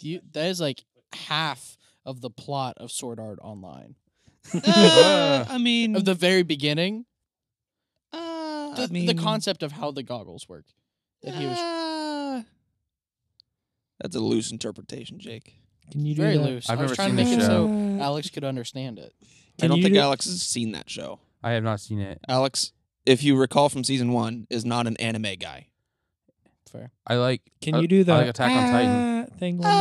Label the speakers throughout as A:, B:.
A: you, that is like half of the plot of Sword Art Online.
B: Uh, I mean,
C: Mm.
A: Of the very beginning,
B: uh,
A: the,
B: I mean,
A: the concept of how the goggles work. That he was
B: uh, that's a loose interpretation, Jake.
C: Can you do
A: very
C: that?
A: loose.
D: I've
A: I was
D: never
A: trying to
D: seen
A: make
D: this
A: it so
C: Uh,
A: Alex could understand it.
C: Can
B: I don't
C: you
B: think
C: do-
B: Alex has seen that show.
D: I have not seen it.
B: Alex, if you recall from season one, is not an anime guy.
A: Fair.
D: I like.
C: Can
D: I-
C: you do the
D: I like Attack on Titan.
C: ah thing? One more?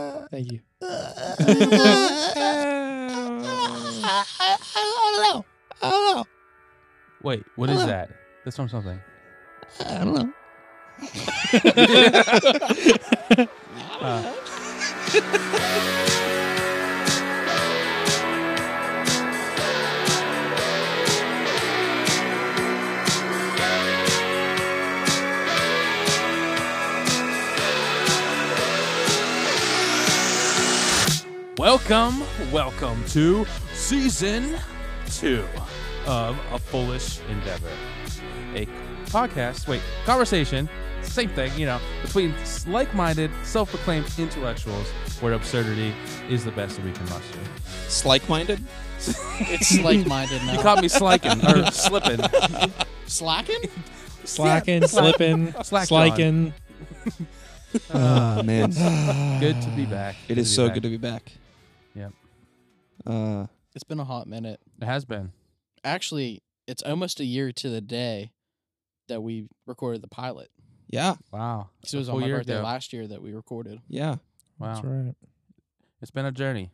B: Uh,
C: Thank you.
B: I don't know. I don't know.
D: Wait, what is that? That's from something.
B: I don't know.
D: Welcome, welcome to season two of A Foolish Endeavor, a podcast, wait, conversation, same thing, you know, between like minded, self proclaimed intellectuals where absurdity is the best that we can muster.
B: Slike minded?
A: It's like minded
D: You
A: now.
D: caught me slacking or slipping.
A: Slacking?
C: Slacking, slipping,
D: Slack
C: slacking.
B: Oh, man.
D: Good to be back.
B: It is so good to be back.
D: Yep.
B: Uh,
A: It's been a hot minute.
D: It has been.
A: Actually, it's almost a year to the day that we recorded the pilot.
B: yeah,
D: Wow.
A: 'Cause it was
D: A
A: on
D: full
A: my
D: year
A: birthday
D: ago.
A: last year that we recorded.
B: yeah.
C: That's
D: Wow.
C: right.
D: It's been a journey.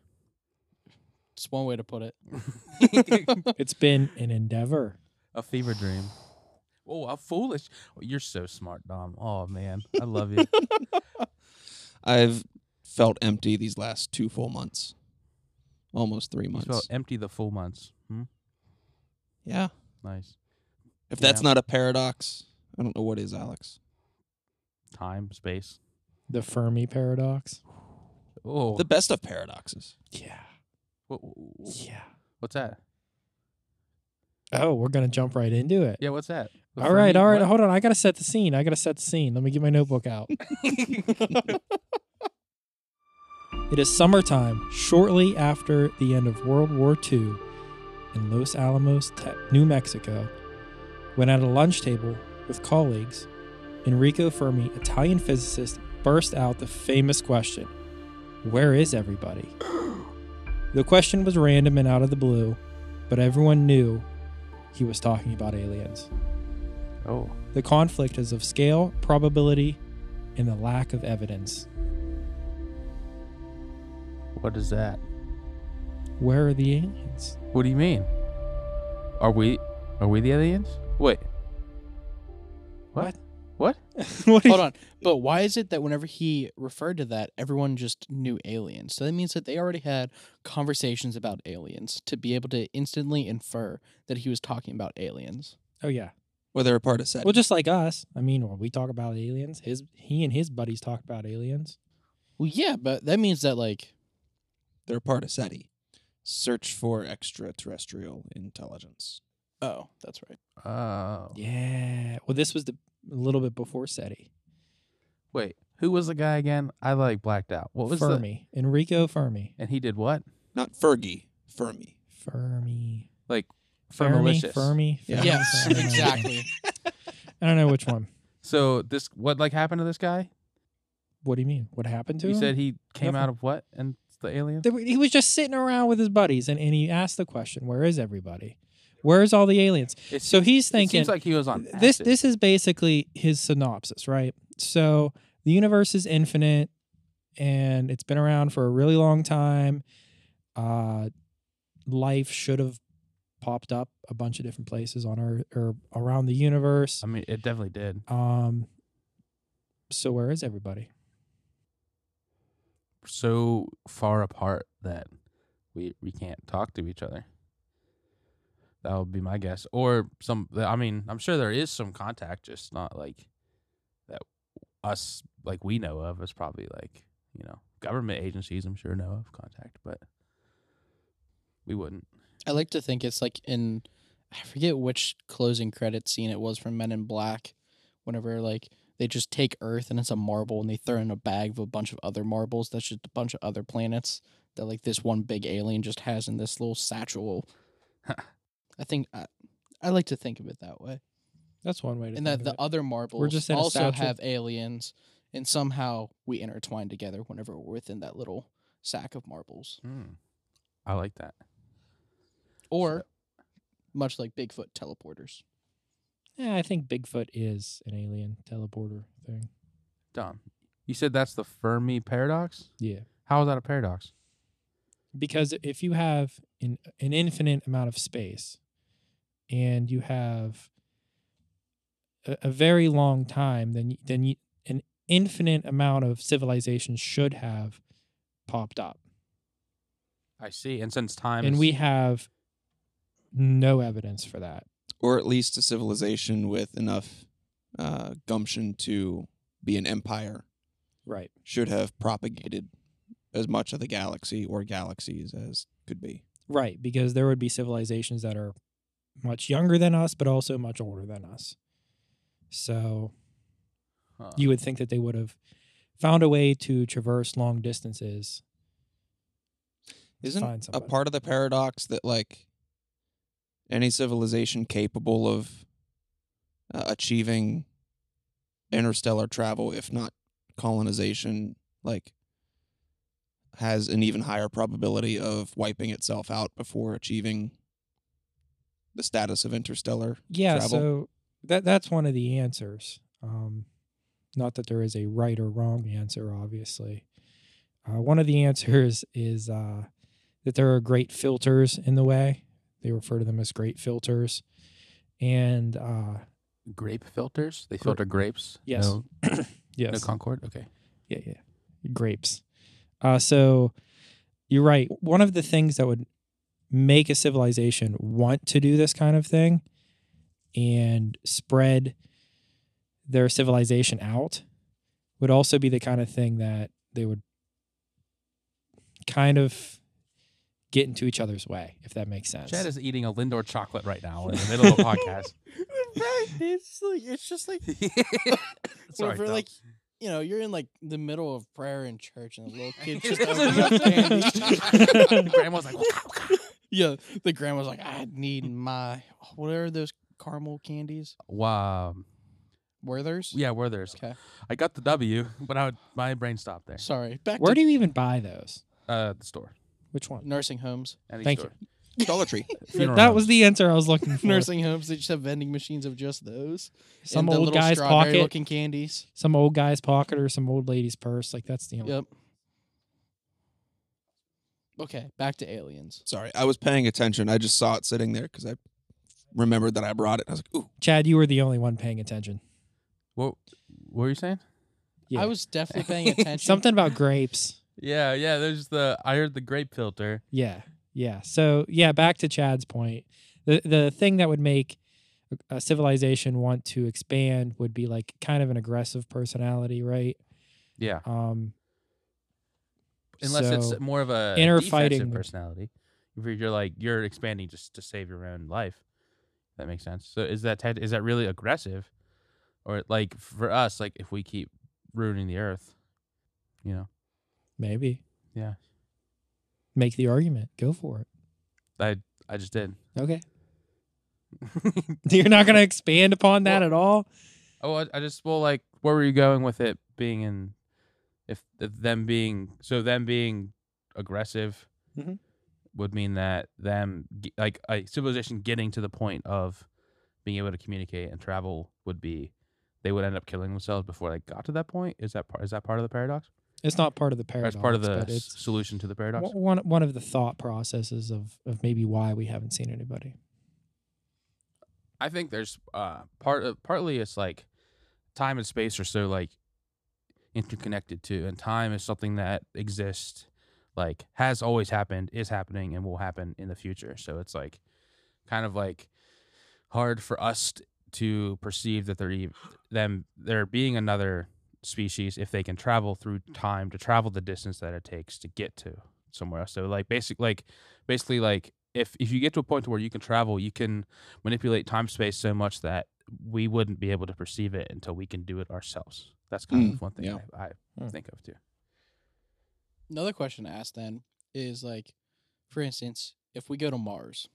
A: It's one way to put it.
C: It's been an endeavor.
D: A fever dream. Oh, a foolish. oh, you're so smart, Dom. Oh man, I love you.
B: I've felt empty these last two full months, almost three
D: you
B: months.
D: spelled empty the full months. Hmm?
B: yeah.
D: Nice.
B: If that's
D: Yeah.
B: not a paradox, I don't know what is, Alex.
D: Time, space.
C: The Fermi paradox.
D: Oh,
B: The best of paradoxes.
C: Yeah.
D: wh- wh- wh-
C: Yeah.
D: what's that?
C: Oh, we're gonna jump right into it.
D: Yeah, what's that? The
C: all right,
D: Fermi-
C: all right.
D: what?
C: Hold on. I gotta set the scene. I gotta set the scene. Let me get my notebook out. it is summertime, shortly after the end of World War II, in Los Alamos, Te- New Mexico, when at a lunch table with colleagues, Enrico Fermi, Italian physicist, burst out the famous question: "Where is everybody?" The question was random and out of the blue, but everyone knew he was talking about aliens.
D: Oh,
C: The conflict is of scale, probability, and the lack of evidence.
D: what is that?
C: Where are the aliens?
D: What do you mean? Are we, are we the aliens? Wait. What? What?
C: what
A: Hold on. But why is it that whenever he referred to that, everyone just knew aliens? So that means that they already had conversations about aliens to be able to instantly infer that he was talking about aliens.
C: Oh yeah.
B: Well, they're a part of SETI.
C: Well, just like us. I mean, when we talk about aliens, his he and his buddies talk about aliens.
A: Well, yeah, but that means that, like,
B: they're a part of SETI. Search for extraterrestrial intelligence.
A: oh, that's right.
D: Oh.
C: Yeah. Well, this was the a little bit before SETI.
D: Wait. Who was the guy again? I like blacked out. What was the?
C: Fermi? Enrico Fermi.
D: And he did what?
B: Not Fergie, Fermi.
C: Fermi.
D: Like for
C: Fermi.
D: malicious.
C: Fermi.
B: Yeah.
C: Fermi,
A: Yes,
C: Fermi.
A: exactly.
C: I don't know which one.
D: So this what like happened to this guy?
C: What do you mean? What happened to
D: You
C: him?
D: said he came
C: Nothing.
D: out of what and it's the alien?
C: They were- he was just sitting around with his buddies and, and he asked the question where is everybody where's all the aliens
D: It
C: so he's
D: seems- it
C: thinking
D: seems like he was on
C: this
D: acid.
C: this is basically his synopsis right so the universe is infinite and it's been around for a really long time uh life should have popped up a bunch of different places on earth or around the universe
D: I mean, it definitely did.
C: um so where is everybody
D: So far apart that we we can't talk to each other. That would be my guess. Or some. I mean, I'm sure there is some contact, just not like that. Us like we know of is probably like you know government agencies. I'm sure know of contact, but we wouldn't.
A: I like to think it's like in I forget which closing credit scene it was from Men in Black, whenever like They just take Earth and it's a marble and they throw in a bag with a bunch of other marbles. That's just a bunch of other planets that like this one big alien just has in this little satchel. I think I, I like to think of it that way.
C: That's one way to.
A: And
C: think
A: that
C: of
A: the
C: it.
A: other marbles
C: just in a
A: also
C: satchel.
A: have aliens and somehow we intertwine together whenever we're within that little sack of marbles.
D: Hmm. I like that.
A: Or much like Bigfoot teleporters.
C: Yeah, I think Bigfoot is an alien teleporter thing.
D: Dumb. You said that's the Fermi paradox?
C: Yeah.
D: How is that a paradox?
C: Because if you have an, an infinite amount of space and you have a, a very long time, then y- then you, an infinite amount of civilizations should have popped up.
D: I see. And since time
C: and
D: is-
C: we have no evidence for that.
B: or at least a civilization with enough uh, gumption to be an empire
C: Right.
B: should have propagated as much of the galaxy or galaxies as could be.
C: Right, because there would be civilizations that are much younger than us, but also much older than us. So
D: Huh.
C: you would think that they would have found a way to traverse long distances. to
B: Isn't
C: find
B: a
C: somebody.
B: part of the paradox that like any civilization capable of uh, achieving interstellar travel if not colonization like has an even higher probability of wiping itself out before achieving the status of interstellar
C: yeah,
B: travel?
C: so that that's one of the answers. Um, not that there is a right or wrong answer, obviously. Uh, one of the answers is uh, that there are great filters in the way. They refer to them as great filters, and uh,
D: grape filters? They
C: Gra-
D: filter grapes?
C: Yes.
D: No,
C: yes,
D: no Concord? Okay.
C: yeah, yeah. Grapes. Uh, so you're right. One of the things that would make a civilization want to do this kind of thing and spread their civilization out would also be the kind of thing that they would kind of get into each other's way, if that makes sense.
D: Chad is eating a Lindor chocolate right now. We're in the middle of a podcast.
A: the fact is, like, it's just like
D: Sorry,
A: whenever,
D: Phil.
A: like, you know, you're in like the middle of prayer in church, and the little kid just opens up candy.
D: Grandma's like,
A: Yeah, the grandma's like, I need my what are those caramel candies?
D: wow.
A: Werther's?
D: Yeah, Werther's.
A: Okay.
D: I got the W, but I would, my brain stopped there.
A: Sorry. Back
C: Where
A: to
C: do you even buy those?
D: Uh, the store.
C: Which one?
A: nursing homes.
D: Any
C: Thank
D: store.
B: Dollar Tree.
D: Funeral
C: That was
D: homes.
C: the answer I was looking for.
A: nursing homes. They just have vending machines of just those.
C: Some
A: and the
C: old
A: little
C: guy's
A: strawberry
C: pocket.
A: looking candies.
C: some old guy's pocket or some old lady's purse. Like that's the only.
A: Yep. Okay, back to aliens.
B: Sorry, I was paying attention. I just saw it sitting there because I remembered that I brought it. I was like, ooh,
C: Chad, you were the only one paying attention.
D: What, what were you saying?
C: Yeah.
A: I was definitely paying attention.
C: something about grapes.
D: Yeah, yeah. There's the I heard the grape filter.
C: Yeah, yeah. So yeah, back to Chad's point. The the thing that would make a civilization want to expand would be like kind of an aggressive personality, right?
D: Yeah,
C: Um,
D: unless
C: so-
D: it's more of a
C: inner
D: defensive
C: fighting-
D: personality. If you're- you're like you're expanding just to save your own life, that makes sense. So is that tech- is that really aggressive, or like for us, like if we keep ruining the earth, you know?
C: maybe.
D: Yeah.
C: Make the argument. Go for it.
D: I I just did.
C: Okay. You're not going to expand upon that at all.
D: Oh, I, I just well, like, where were you going with it being in, if, if them being so them being aggressive
C: Mhm.
D: would mean that them ge- like a civilization getting to the point of being able to communicate and travel would be they would end up killing themselves before they got to that point. Is that part? Is that part of the paradox?
C: It's not part of the paradox.
D: or is part of the
C: but
D: s-
C: it's
D: solution to the paradox?
C: one- one one of the thought processes of of maybe why we haven't seen anybody.
D: I think there's uh part of partly it's like time and space are so like interconnected too, and time is something that exists, like has always happened, is happening, and will happen in the future. So it's like kind of like hard for us t- to perceive that they're ev- them there being another species if they can travel through time to travel the distance that it takes to get to somewhere else. So like basic like basically like if if you get to a point to where you can travel, you can manipulate time space so much that we wouldn't be able to perceive it until we can do it ourselves. That's kind
B: Mm,
D: of one thing
B: yeah.
D: I, I
C: Hmm.
D: think of too.
A: Another question to ask then is like, for instance, if we go to Mars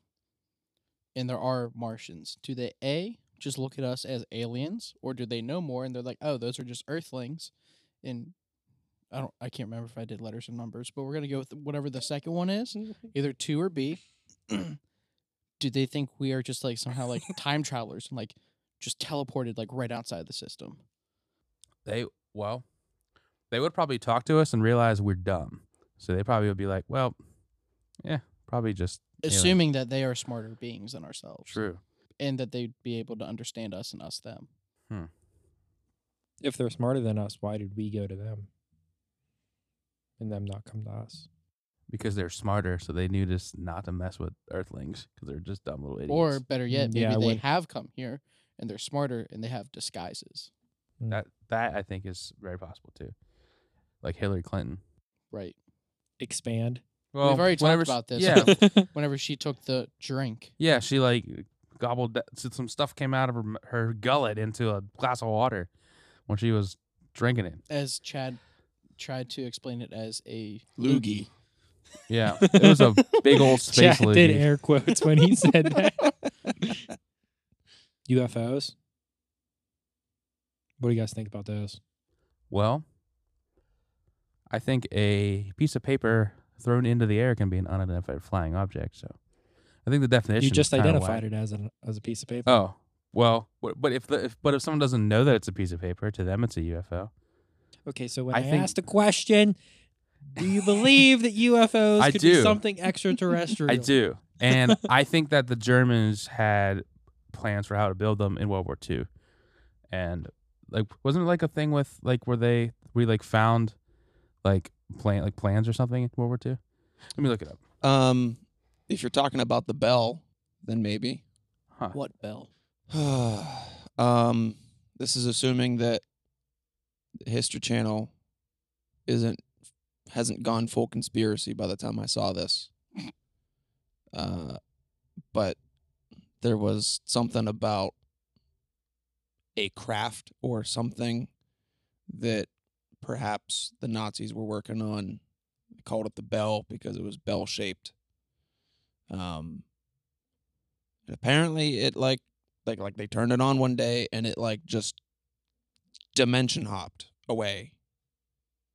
A: and there are Martians, do they A, just look at us as aliens or do they know more and they're like, oh, those are just Earthlings? And I don't, I can't remember if I did letters and numbers, but we're going to go with whatever the second one is, either two or B. do they think we are just like somehow like time travelers and like just teleported like right outside the system?
D: They well, they would probably talk to us and realize we're dumb. So they probably would be like, well, yeah, probably just Aliens.
A: Assuming that they are smarter beings than ourselves.
D: true.
A: and that they'd be able to understand us and us them.
C: If they're smarter than us, why did we go to them? And them not come to us?
D: Because they're smarter, so they knew just not to mess with Earthlings because they're just dumb little idiots.
A: Or better yet,
C: Mm,
A: maybe
C: yeah, I
A: they
C: would-
A: have come here and they're smarter and they have disguises.
D: that that I think is very possible too. Like Hillary Clinton.
A: Right.
C: Expand.
D: Well,
A: already talked
D: whenever she-
A: about this.
D: Yeah,
A: Whenever she took the drink.
D: yeah. She like gobbled that, so some stuff came out of her, m- her gullet into a glass of water when she was drinking it.
A: As Chad tried to explain it as a
B: Loogie.
D: Yeah, it was a big old space
C: Chad did
D: loogie.
C: air quotes when he said that. UFOs. What do you guys think about those?
D: Well, I think a piece of paper thrown into the air can be an unidentified flying object. So, I think the definition
C: you just
D: is kinda
C: identified
D: whack.
C: it as a as a piece of paper.
D: Oh well, wh- but if the if, but if someone doesn't know that it's a piece of paper, to them it's a UFO.
C: okay, so when I,
D: I think-
C: asked the question, do you believe that UFOs
D: I
C: could be
D: do.
C: something extraterrestrial?
D: I do. And I think that the Germans had plans for how to build them in World War II. And like wasn't it like a thing with like where they we like found like plan like plans or something in World War II? Let me look it up.
B: Um, if you're talking about the bell, then maybe.
D: Huh.
A: what bell?
B: um, this is assuming that the History Channel isn't hasn't gone full conspiracy by the time I saw this. Uh, but there was something about a craft or something that perhaps the Nazis were working on. They called it the bell because it was bell shaped. Um, and apparently it like like like they turned it on one day and it like just dimension hopped away.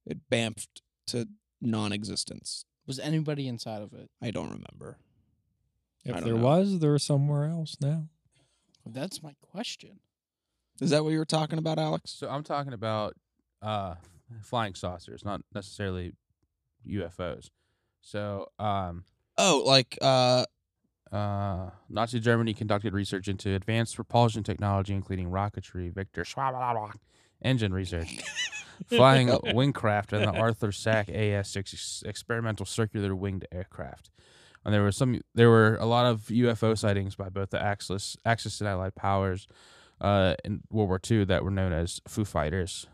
B: It bamfed to non-existence.
A: Was anybody inside of it?
B: I don't remember.
C: If
B: I don't
C: there
B: know.
C: was, they're somewhere else now.
A: That's my question.
B: Is that what you were talking about, Alex?
D: So I'm talking about uh flying saucers, not necessarily UFOs. So um
B: Oh, like uh
D: Uh, Nazi Germany conducted research into advanced propulsion technology, including rocketry, Victor Schwab engine research, flying wingcraft, and the Arthur Sack AS-6 experimental circular winged aircraft. And there were some, there were a lot of UFO sightings by both the Axis, Axis and Allied powers uh, in World War II that were known as Foo Fighters,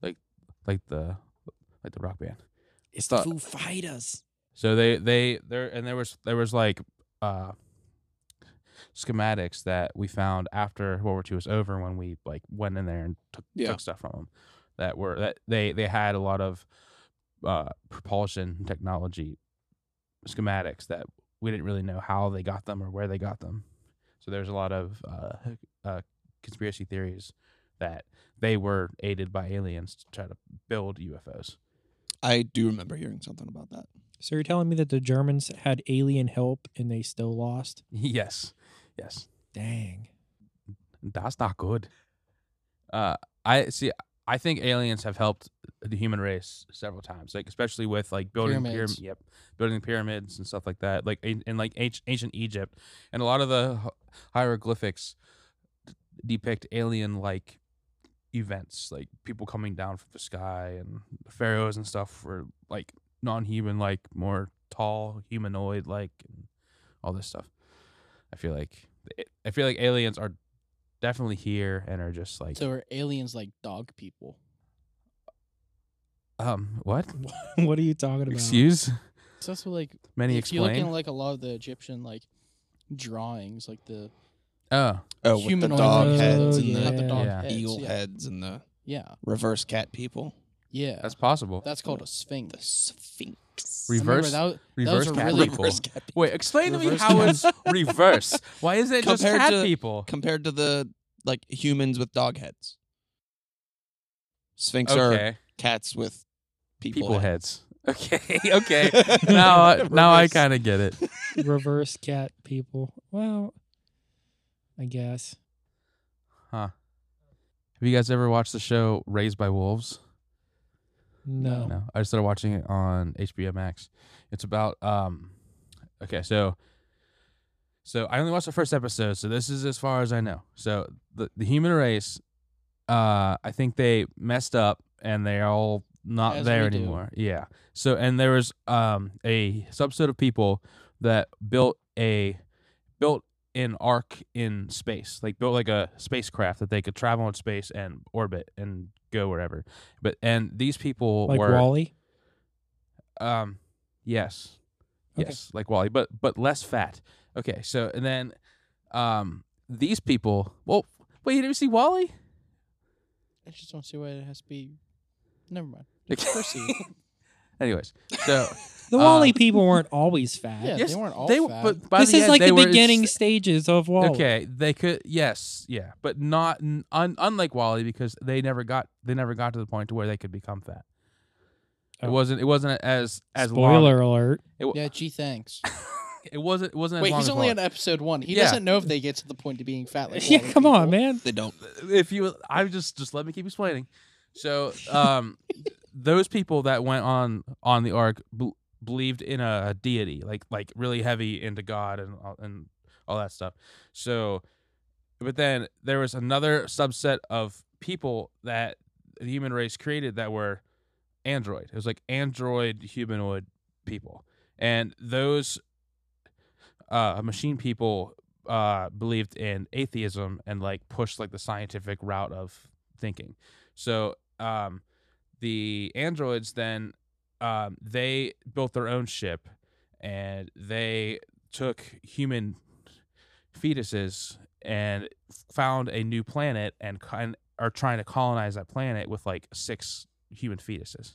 D: like like the like the rock band.
C: It's
D: the-
C: Foo Fighters.
D: So they they there and there was there was like uh schematics that we found after World War II was over when we like went in there and took,
B: Yeah.
D: took stuff from them that were that they they had a lot of uh propulsion technology schematics that we didn't really know how they got them or where they got them. So there's a lot of uh, uh conspiracy theories that they were aided by aliens to try to build UFOs.
B: I do remember hearing something about that.
C: So you're telling me that the Germans had alien help and they still lost?
D: yes. Yes.
C: Dang.
D: That's not good. Uh, I see. I think aliens have helped the human race several times, like especially with like building
A: Pyramids.
D: pyramids. Yep, building pyramids and stuff like that. Like in, in like anci- ancient Egypt, and a lot of the hi- hieroglyphics depict alien-like events, like people coming down from the sky, and the pharaohs and stuff were like non-human, like more tall, humanoid-like, and all this stuff. I feel like I feel like aliens are definitely here and are just like
A: So are aliens like dog people?
D: um what
C: what are you talking about?
D: excuse
A: So that's what like
D: many
A: if you look
D: explain
A: at like a lot of the Egyptian like drawings, like the
D: Oh,
B: Oh, with the
A: Humanoid
B: dog
A: versions of those.
B: heads and
A: Yeah,
B: the
A: the dog
D: Yeah.
A: heads.
B: eagle
A: yeah.
B: heads and the
A: Yeah.
B: reverse cat people.
A: Yeah.
D: that's possible.
A: That's called a
B: The
A: sphinx.
B: Sphinx.
A: I remember
D: reverse
A: that-
D: reverse
A: a
D: cat
A: really-
D: people.
B: Reverse cat people.
D: Wait, explain to me
A: Reverse
D: how
A: cat.
D: it's reverse. Why is it just
B: Compared
D: cat
B: to-
D: people?
B: Compared to the like humans with dog heads. Sphinx are
D: Okay,
B: cats with people,
D: people
B: heads.
D: heads. Okay, okay. Now, I- now I kind of get it.
C: Reverse cat people. Well, I guess.
D: Huh? Have you guys ever watched the show Raised by Wolves?
C: No.
D: No, I started watching it on HBO Max. It's about um, okay, so so I only watched the first episode, so this is as far as I know. So the the human race, uh, I think they messed up and they're all not
A: As
D: there
A: we do.
D: anymore. Yeah. So and there was um a subset of people that built a built an ark in space, like built like a spacecraft that they could travel in space and orbit and go wherever. But and these people
C: Like
D: were
C: Wally?
D: um, yes,
C: Okay.
D: yes, like Wally, but but less fat. Okay, so and then, um, these people. Well, wait, you didn't see Wally?
A: I just don't see why it has to be. Never mind.
D: Okay.
A: Proceed.
D: Anyways, so
C: The
D: Uh,
C: Wally people weren't always fat.
A: Yeah,
D: yes,
A: they weren't all
D: they
A: fat.
D: but by
C: This
D: the
C: is
D: end,
C: like
D: they
C: the
D: were
C: beginning
D: s-
C: stages of Wally.
D: Okay, they could yes, yeah, but not n- un, unlike Wally because they never got they never got to the point to where they could become fat. It
C: Oh.
D: wasn't it wasn't as as long.
C: Spoiler alert.
A: yeah. Gee, thanks.
D: It wasn't it wasn't
A: Wait,
D: as long
A: he's
D: as
A: only
D: Wally.
A: on episode one. He
D: Yeah.
A: doesn't know if they get to the point of being fat. Like
C: yeah,
A: Wally
C: come on,
A: people.
C: man.
B: They don't.
D: if you i just just let me keep explaining so um those people that went on on the ark b- believed in a deity like like really heavy into god and all- and all that stuff so but then there was another subset of people that the human race created that were android it was like android humanoid people and those uh machine people uh, believed in atheism and like pushed like the scientific route of thinking. So um, the androids then um, they built their own ship and they took human fetuses and found a new planet and kind are trying to colonize that planet with like six human fetuses.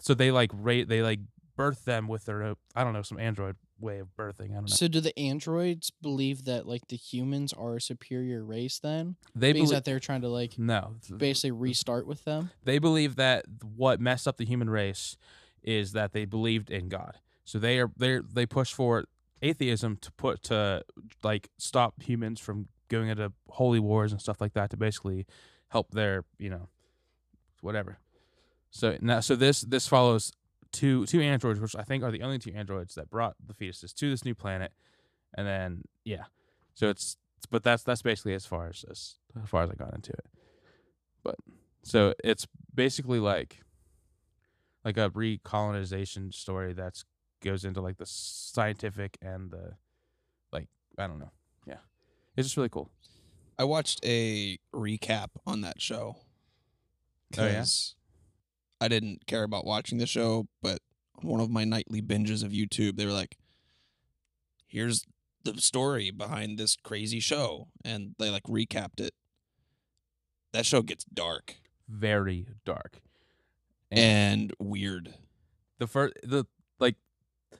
D: So they like rate they like birth them with their own- I don't know some android way of birthing. I don't know.
A: So, do the androids believe that like the humans are a superior race? Then
D: they
A: means
D: belie- Hmm.
A: that they're trying to like
D: no
A: basically restart with them.
D: They believe that what messed up the human race is that they believed in God. So they are they are they push for atheism to put to like stop humans from going into holy wars and stuff like that to basically help their you know whatever. So now so this this follows two two androids which I think are the only two androids that brought the fetuses to this new planet, and then yeah, so it's but that's that's basically as far as as, as far as I got into it. But so it's basically like like a recolonization story that's goes into like the scientific and the like I don't know. Yeah. It's just really cool.
B: I watched a recap on that show.
D: Oh, yeah?
B: 'cause I didn't care about watching the show, but on one of my nightly binges of YouTube, they were like, "Here's the story behind this crazy show," and they like recapped it. That show gets dark
D: Very dark.
B: and weird.
D: the first the like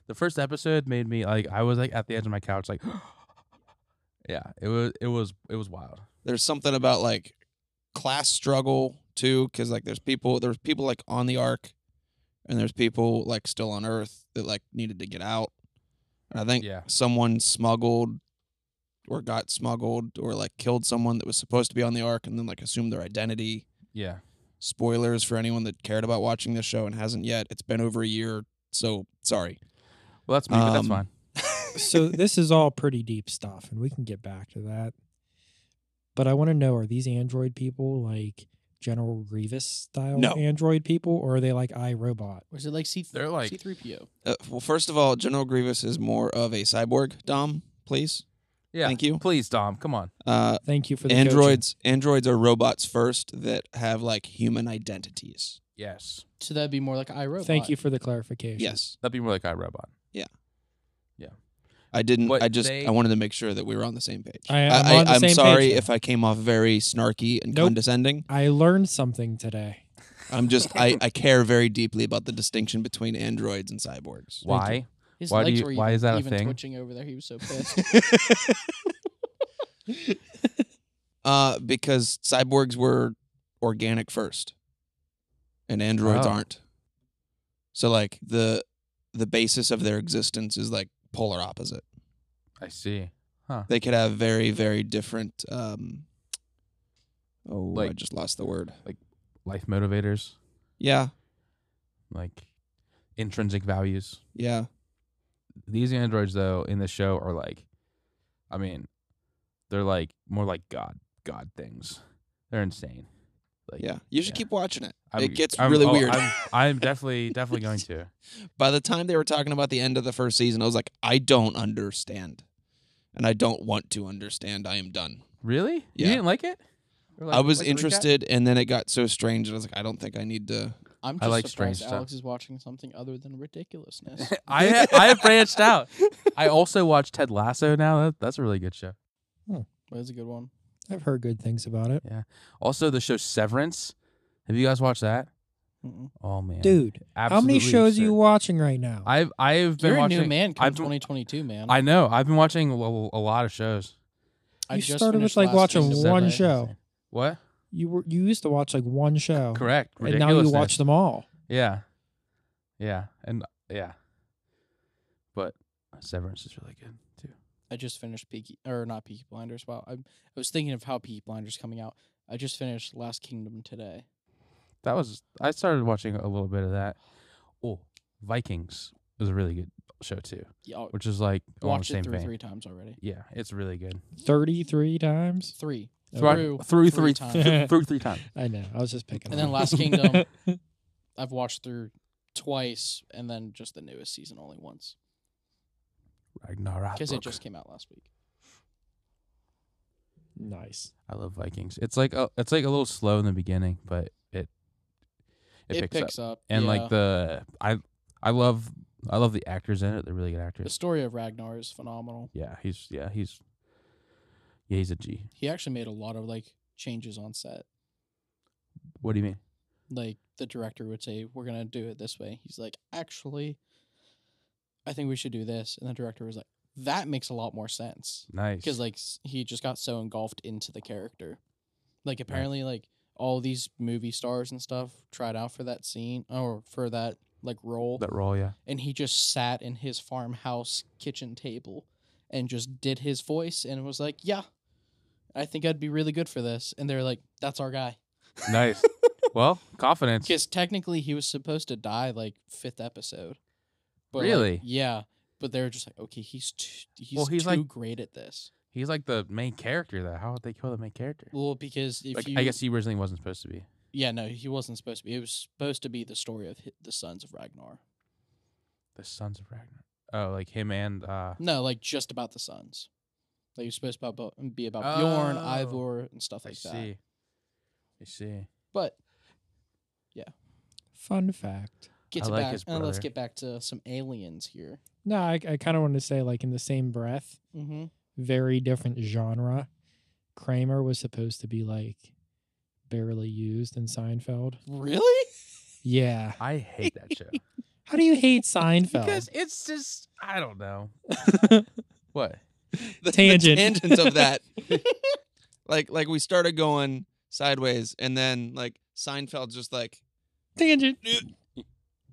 D: the first episode made me like I was like at the edge of my couch like yeah, it was it was it was wild.
B: There's something about like class struggle too, because like there's people there's people like on the ark, and there's people like still on Earth that like needed to get out. And I think
D: Yeah.
B: someone smuggled or got smuggled or like killed someone that was supposed to be on the ark and then like assumed their identity.
D: Yeah.
B: Spoilers for anyone that cared about watching this show and hasn't yet. It's been over a year, so sorry.
D: Well, that's me, but
B: Um,
D: that's fine.
C: so this is all pretty deep stuff and we can get back to that but i want to know are these android people like general grievous style
B: No.
C: android people or are they like irobot
A: Or is it like C?
D: They're like-
A: C three PO.
B: Uh, well, first of all, General Grievous is more of a cyborg. Dom, please.
D: Yeah.
B: Thank you.
D: Please, Dom, come on.
B: Uh,
C: thank you for the
B: androids androids are robots first that have like human identities
D: Yes.
A: So that'd be more like I
C: coaching.
A: robot.
C: thank you for the clarification
B: yes
D: That'd be more like iRobot.
B: Yeah.
D: Yeah.
B: I didn't.
D: But
B: I just
D: they-
B: I wanted to make sure that we were on the same page.
C: I- I'm on the
B: am
C: same
B: sorry
C: page.
B: if I came off very snarky and
C: Nope.
B: condescending.
C: I learned something today.
B: I'm just I, I care very deeply about the distinction between androids and cyborgs.
D: Why?
A: His
D: Why do
A: legs
D: you-
A: were
D: why
A: even,
D: is that a
A: even
D: thing?
A: twitching over there. He was so pissed.
B: Uh, because cyborgs were organic first, and androids
D: Oh.
B: aren't. So like the the basis of their existence is like polar opposite.
D: I see.
B: They could have very very different. Um, oh, I
D: Like-
B: just lost the word.
D: Life motivators,
B: Yeah,
D: like intrinsic values.
B: yeah.
D: these androids though in the show are like i mean they're like more like god god things they're insane like
B: Yeah, you should
D: yeah.
B: keep watching it.
D: I'm-
B: it gets
D: I'm-
B: really
D: oh,
B: weird.
D: i'm, I'm definitely definitely going to
B: By the time they were talking about the end of the first season, I was like, I don't understand, and I don't want to understand. I am done.
D: really you
B: Yeah.
D: didn't like it Or like-
B: I was
D: like the recap?
B: interested, and then it got so strange, and I was like, I don't think I need to.
A: I'm
D: I
A: just
D: like strange
A: surprised
D: stuff.
A: Alex is watching something other than ridiculousness.
D: i ha- i have branched out i also watch ted lasso now that, that's a really good show
A: but it's a good one.
C: I've heard good things about it.
D: also the show severance have you guys watched that
A: Mm-mm.
D: oh man
C: Dude, how many
D: Absolutely
C: shows are you
D: absurd.
C: watching right now?
D: i've i've been
A: You're
D: watching
A: a new man come
D: I've been-
A: 2022, man.
D: i know i've been watching a, a lot of shows
A: I
C: You
A: just
C: started with,
A: finished
C: like,
A: last
C: watching
A: season of
C: one
A: Saturday.
C: show.
D: what
C: you were you used to watch like one show.
D: Correct.
C: And now you watch
D: Ridiculousness.
C: them all.
D: Yeah. Yeah. And yeah. But Severance is really good too.
A: I just finished Peaky or not Peaky Blinders. Wow, I, I was thinking of how Peaky Blinders coming out. I just finished Last Kingdom today.
D: That was I started watching a little bit of that. Oh, Vikings is a really good show too,
A: Yeah, I'll-
D: which is like on the
A: watched
D: same
A: it through
D: vein.
A: three times already.
D: Yeah, it's really good.
C: Thirty three times.
A: Three.
D: Through-
A: Through
D: through
A: three
D: three
A: times.
D: through three times.
C: I know. I was just picking.
A: And then
C: on
A: Last
C: you.
A: Kingdom. I've watched through twice, and then just the newest season only once
D: Ragnarok.
A: because it just came out last week.
C: nice.
D: I love Vikings. It's like a, it's like a little slow in the beginning, but it it, picks, up.
A: up,
D: And
A: yeah.
D: like the I I love I love the actors in it. They're really good
A: the
D: actors.
A: story of Ragnar is phenomenal.
D: Yeah, he's yeah, he's yeah, he's a G.
A: He actually made a lot of like changes on set.
D: What do you mean?
A: like the director would say, "We're gonna do it this way." He's like, "Actually, I think we should do this," and the director was like, "That makes a lot more sense,"
D: Nice.
A: because like s- he just got so engulfed into the character. Like apparently, like all these movie stars and stuff tried out for that scene or for that like role,
D: that role, yeah.
A: and he just sat in his farmhouse kitchen table and just did his voice and was like, "Yeah." I think I'd be really good for this. And they're like, that's our guy.
D: Nice. well, confidence.
A: Because technically, he was supposed to die like fifth episode. like,
D: Really?
A: yeah, but they were just like, okay, he's too, he's,
D: Well, he's,
A: too
D: like-
A: great at this.
D: He's like the main character though. How would they kill the main character?
A: Well, because if
D: Like
A: you,
D: I guess he originally wasn't supposed to be.
A: yeah, no, he wasn't supposed to be. It was supposed to be the story of hi- the sons of Ragnar.
D: The Sons of Ragnar. Oh, like him and uh
A: No, like just about the sons. Like he was supposed to bo- be about Bjorn,
D: Oh.
A: Ivor, and stuff
D: I
A: like that.
D: see. I see.
A: But
C: Fun fact.
A: get to
D: like
A: back,
D: his
A: and let's
D: brother.
A: get back to some aliens here.
C: No, I, I kind of want to say like in the same breath,
A: Mm-hmm.
C: very different genre. Kramer was supposed to be like barely used in Seinfeld.
A: Really?
C: Yeah.
D: I hate that show.
C: How do you hate Seinfeld?
D: because it's just I don't know. What?
B: The, The
C: Tangent.
B: tangent of that. like like we started going sideways, and then like Seinfeld's just like
C: Tangent.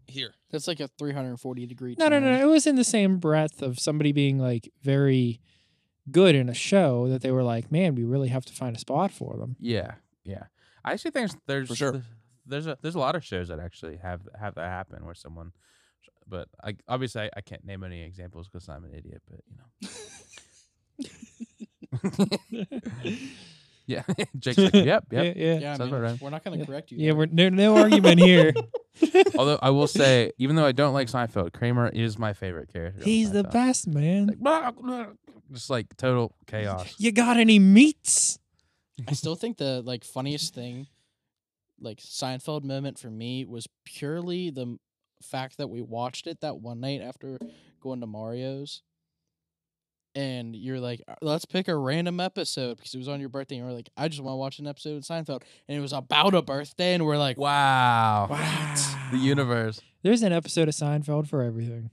B: here.
A: That's like a 340 degree.
C: No, no, no,
A: turn.
C: no. It was in the same breath of somebody being like very good in a show that they were like, man, we really have to find a spot for them.
D: Yeah, yeah. I actually think there's
B: For sure.
D: there's a there's a lot of shows that actually have have that happen where someone, but I obviously I, I can't name any examples because I'm an idiot. But you know, yeah. Jake's like, yep, yep.
C: Yeah, yeah.
A: Yeah,
D: Sounds
A: man,
D: about right.
A: we're not gonna correct you.
C: Yeah,
A: there.
C: we're no, no argument here.
D: Although I will say, even though I don't like Seinfeld, Kramer is my favorite character. on
C: He's the
D: Seinfeld.
C: best, man.
D: Like, blah, blah, just like total chaos.
C: You got any meats?
A: I still think the like funniest thing, like Seinfeld moment for me was purely the m- fact that we watched it that one night after going to Mario's, and you're like, "Uh, let's pick a random episode because it was on your birthday, and we're like, I just want to watch an episode of Seinfeld, and it was about a birthday, and we're like,
D: Wow.
C: Wow.
D: The universe.
C: There's an episode of Seinfeld for everything.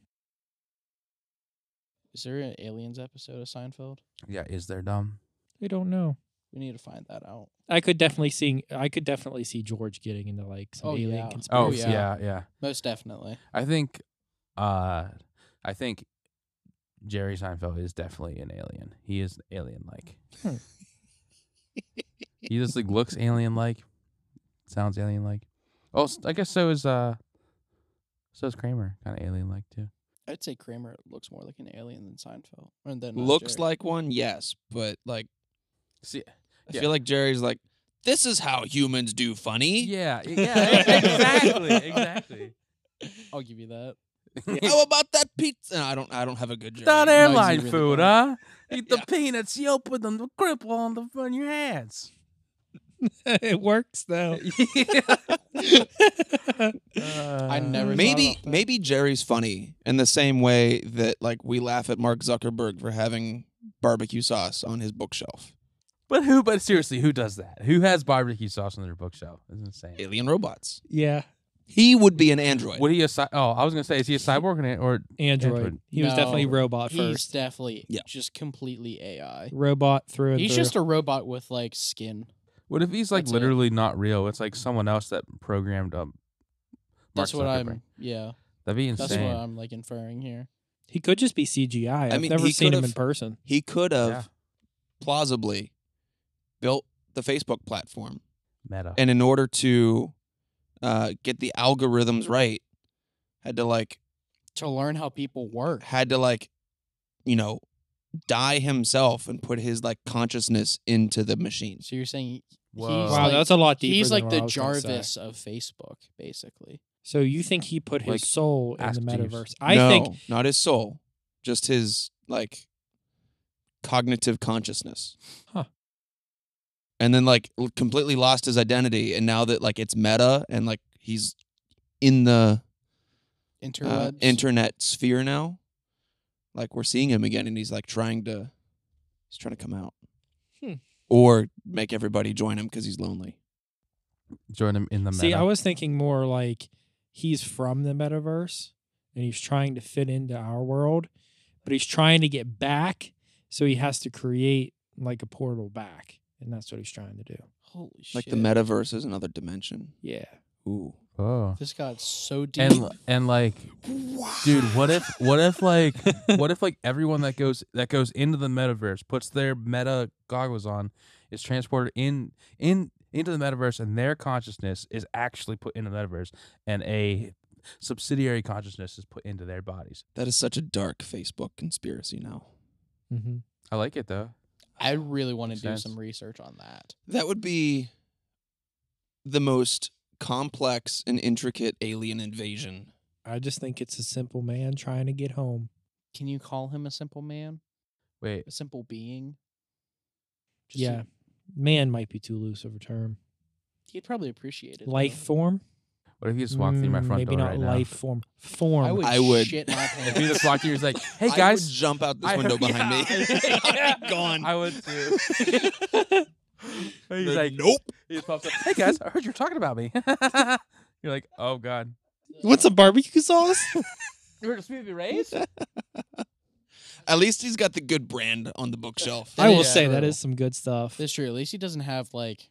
A: is there an aliens episode of Seinfeld?
D: Yeah, is there dumb?
C: I don't know.
A: We need to find that out.
C: I could definitely see. I could definitely see George getting into like some
A: Oh,
C: alien
A: yeah.
D: Oh,
A: Oh,
C: conspiracy.
A: yeah.
D: yeah, yeah.
A: Most definitely.
D: I think uh I think Jerry Seinfeld is definitely an alien. He is alien like.
C: Hmm.
D: he just like looks alien like. Sounds alien like. Oh, s- I guess so is uh so is Kramer kind of alien like too.
A: I'd say Kramer looks more like an alien than uh, Seinfeld, and then
B: Looks like one, yes, but like
D: See
B: I
D: Yeah.
B: feel like Jerry's like, this is how humans do funny.
D: Yeah, yeah, exactly, exactly.
A: I'll give you that.
B: How about that pizza? No, I don't. I don't have a good Jerry.
D: Not airline
A: really
D: food,
A: bad.
D: huh? Eat the peanuts, you'll put them the cripple on the on your hands.
C: it works though.
D: Uh,
A: I never
B: maybe
A: thought about that.
B: maybe Jerry's funny in the same way that like we laugh at Mark Zuckerberg for having barbecue sauce on his bookshelf.
D: But who? But seriously, who does that? Who has barbecue sauce on their bookshelf? It's insane.
B: Alien robots.
C: yeah,
B: He would be an android.
D: Would he a cy- Oh, I was gonna say, is he a cyborg or- or
C: Android.
D: Android.
C: He was definitely
A: No,
C: robot
A: He's
C: first.
A: definitely
B: Yeah.
A: just completely AI.
C: robot through and
A: He's
C: through.
A: just a robot with like skin.
D: what if he's like
A: That's it.
D: literally not real? It's like someone else that programmed um. Mark
A: That's what
D: Zuckerberg.
A: I'm. Yeah,
D: That'd be
A: that's
D: insane.
A: what I'm like inferring here.
C: he could just be CGI. I've
B: mean,
C: never
B: he
C: seen him in
B: could've-
C: person.
B: he could have
D: Yeah.
B: plausibly built the Facebook platform,
D: Meta.
B: and in order to uh, get the algorithms right, had to like
A: To learn how people work.
B: had to like you know die himself and put his like consciousness into the machine.
A: So you're saying
D: Whoa.
A: he's
C: wow,
A: like-
C: that's a lot deeper.
A: he's
C: than
A: like
C: what
A: the
C: I was gonna say.
A: Jarvis of Facebook, basically.
C: So you think he put his
D: Like,
C: soul in the
D: Ask Jeeves.
C: metaverse? I
B: No,
C: think
B: not his soul, just his like cognitive consciousness.
C: Huh.
B: And then like l- completely lost his identity, and now that like it's meta and like he's in the uh,
A: Interwebs.
B: internet sphere now, like we're seeing him again, and he's like trying to he's trying to come out
C: Hmm.
B: or make everybody join him because he's lonely.
D: Join him in the meta.
C: See, I was thinking more like he's from the metaverse and he's trying to fit into our world, but he's trying to get back, so he has to create like a portal back, and that's what he's trying to do.
A: Holy shit!
B: Like the metaverse is another dimension.
C: Yeah.
B: Ooh.
D: oh.
A: This got so deep.
D: And and like, dude, what if what if like what if like everyone that goes that goes into the metaverse puts their meta goggles on is transported in in into the metaverse and their consciousness is actually put into the metaverse and a subsidiary consciousness is put into their bodies
B: That is such a dark Facebook conspiracy now.
C: Mm-hmm.
D: i like it though
A: I really want to
D: Makes
A: do
D: sense.
A: some research on that.
B: That would be the most complex and intricate alien invasion.
C: I just think it's a simple man trying to get home.
A: Can you call him a simple man?
D: wait
A: A simple being? Just a-
C: yeah. Man might be too loose of a term.
A: he'd probably appreciate it. though.
C: Life form?
D: what if you just walked through my
C: Mm,
D: front
C: Maybe
D: door
C: not
D: right
C: life form. Form.
A: I would,
B: I would.
A: shit my
D: now if you
A: pants.
D: just walked through he's like hey
B: I
D: guys
B: would jump out this
D: I-
B: window behind
D: Yeah.
B: me. I'm gone.
D: i would too he's like
B: nope.
D: he just pops up hey guys i heard you're talking about me you're like oh god
C: want some barbecue sauce?
D: you were just movie raised
B: At least he's got the good brand on the bookshelf.
A: That
C: I will
A: is
C: say that
A: true.
C: is some good stuff.
A: That's true. At least he doesn't have like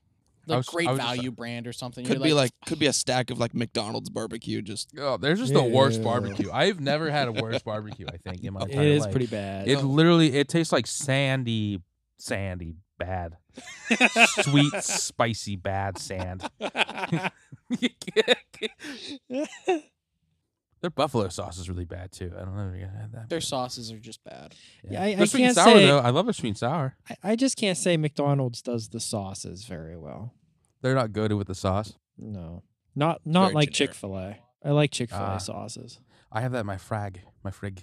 D: I
A: like
D: was-
A: great
D: I was just-
A: value brand or something.
B: Could
A: You're "Ah."
B: be like could be a stack of like McDonald's barbecue just
D: Oh, there's just the worst
C: Ew.
D: barbecue. I've never had a worse barbecue. I think in my
C: It
D: entire
C: is
D: life.
C: pretty bad.
D: It literally it tastes like sandy, sandy bad, sweet, spicy bad sand. Their buffalo sauce is really bad too. I don't know if you're gonna have that.
A: their
D: but-
A: sauces are just bad.
C: Yeah, I-
D: Their
C: I
D: sweet
C: can't
D: and sour
C: say-
D: though. I love a sweet and sour.
C: I, I just can't say McDonald's does the sauces very well.
D: They're not good with the sauce.
C: No, not not
B: Very
C: like
B: generic.
C: Chick Fil A. I like Chick Fil A
D: Ah.
C: sauces.
D: I have that in my frag, my frig,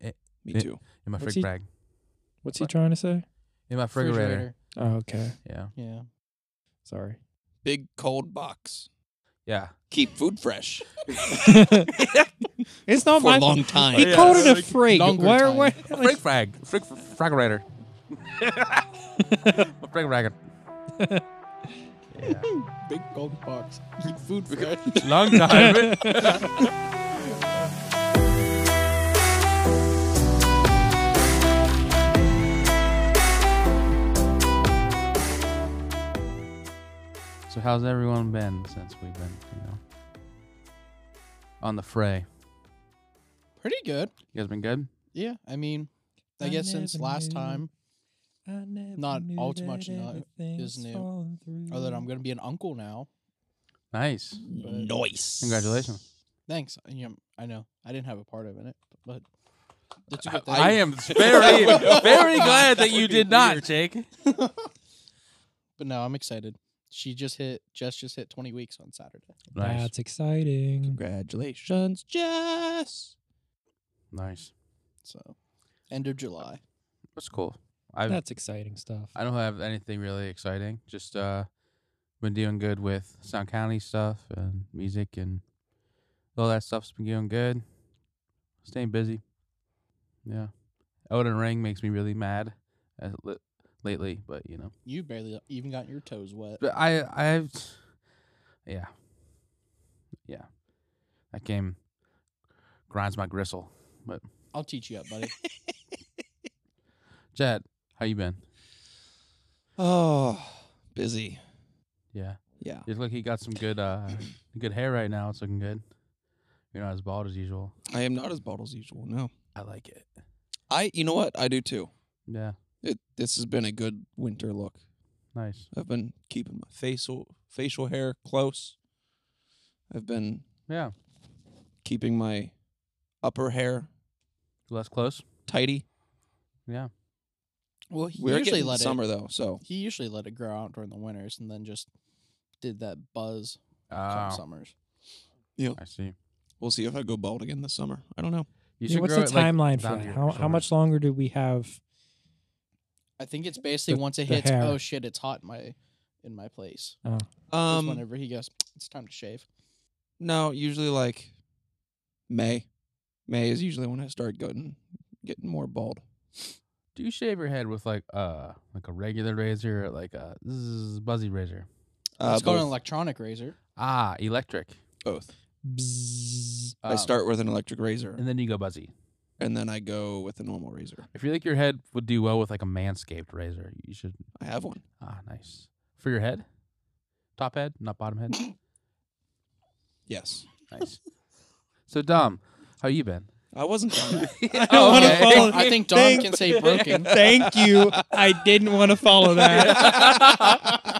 B: me
D: Yeah.
B: too.
D: in my
C: What's
D: frig
C: he-
D: frag,
C: What's he trying to say?
D: in my refrigerator.
C: Oh, okay,
D: Yeah.
A: Yeah.
C: sorry.
B: Big cold box.
D: Yeah.
B: Keep food fresh
C: it's not
B: for
C: my
B: a long
C: He
B: time.
D: Yeah,
C: called it a
D: like,
C: frig.
A: longer
C: Where,
A: time.
C: where,
D: Frig frag. Frig fraggerator. Frig fragger. Yeah.
A: Big gold box. Keep food fresh.
D: Long time. so how's everyone been since we've been, you know, on the fray?
A: Pretty good.
D: You guys been good?
A: Yeah. I mean, I,
C: I
A: guess since
C: never
A: last
C: knew
A: time, Not
C: not
A: all too much not- is new. or that I'm going to be an uncle now.
D: Nice.
B: Nice.
D: Congratulations.
A: Thanks. You know, I know. I didn't have a part of it, but that's a
D: I,
A: good thing.
D: I am very, very glad that you did not, Jake.
A: But no, I'm excited. She just hit, Jess just hit 20 weeks on Saturday.
D: Nice.
C: That's exciting.
B: Congratulations, Jess.
D: Nice.
A: So, end of July.
D: That's cool. I've
C: That's exciting stuff.
D: I don't have anything really exciting. Just uh been doing good with Sound County stuff and music and all that stuff's been doing good. Staying busy. Yeah. Elden Ring makes me really mad as li- lately, but you know.
A: You barely even got your toes wet.
D: But I I yeah. Yeah. That game grinds my gristle.
A: I'll teach you up, buddy.
D: Chad, how you been?
B: Oh, busy.
D: Yeah.
B: Yeah.
D: You look he got some good uh good hair right now. It's looking good. You're not as bald as usual.
B: I am not as bald as usual. No.
D: I like it.
B: I. You know what? I do too.
D: Yeah,
B: It, this has been a good winter look.
D: nice.
B: I've been keeping my facial facial hair close. I've been
D: Yeah,
B: keeping my upper hair
D: less close.
B: tidy.
D: Yeah,
A: well, he
B: We're
A: usually
B: getting
A: let
B: summer
A: it.
B: though, so
A: He usually let it grow out during the winters, and then just did that buzz come summers.
D: Ah, I see.
B: we'll see if I go bald again this summer. I don't know.
D: You
C: Yeah, what's the
D: it, like,
C: timeline for
D: down to
C: that?
D: your
C: How, how
D: shoulders.
C: much longer do we have?
A: I think it's basically
C: The-
A: once it
C: the
A: hits.
C: hair.
A: Oh shit! It's hot in my in my place. Is
B: Um,
A: whenever he goes, it's time to shave.
B: no, usually like May. May is usually when I start getting getting more bald.
D: Do you shave your head with like uh like a regular razor, or like a zzz, buzzy razor?
B: Uh,
A: Let's go to an
B: both.
A: electronic razor.
D: Ah, electric.
B: both.
C: Bzzz.
B: I
D: Um,
B: start with an electric razor,
D: and then you go buzzy.
B: and then I go with a normal razor.
D: If you think your head would do well with like a manscaped razor, you should.
B: I have one.
D: Ah, nice for your head, top head, not bottom head.
B: Yes,
D: nice. So Dom, how you been? Oh,
B: I wasn't. done.
D: I
B: Oh,
C: don't wanna follow
A: I think Dom
C: Thank-
A: can say broken.
C: Thank you. I didn't want to follow that.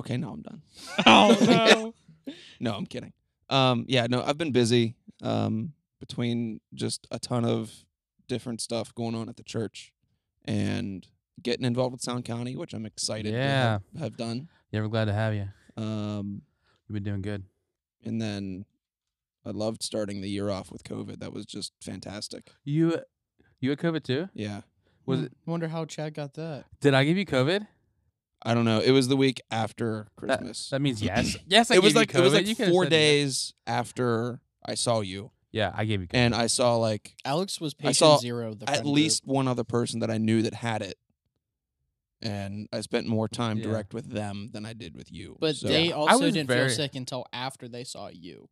B: okay, now I'm done.
C: oh, no.
B: No, I'm kidding. Um, yeah, no, I've been busy. Um, between just a ton of different stuff going on at the church, and getting involved with Sound County, which I'm excited
D: Yeah.
B: to have, have done.
D: Yeah, we're glad to have you.
B: Um,
D: You've been doing good.
B: and then I loved starting the year off with COVID. That was just fantastic.
D: You, you had COVID too?
B: Yeah.
D: Was
A: Hmm.
C: Mm-hmm.
D: it?
A: Wonder how Chad got that.
D: Did I give you COVID?
B: I don't know. It was the week after Christmas.
D: That means yes. Yes, I
B: it was
D: gave you
B: like it was
D: COVID. You
B: like
D: could've
B: four
D: said yes.
B: days after I saw you,
D: Yeah, I gave you COVID.
B: and I saw like
A: Alex was
B: I
A: patient
B: saw
A: zero. of The friend
B: at
A: group.
B: least one other person that I knew that had it, and I spent more time
D: Yeah.
B: direct with them than I did with you.
A: but
B: So-
A: they
D: Yeah. I
A: also
D: was
A: didn't
D: very-
A: feel sick until after they saw you.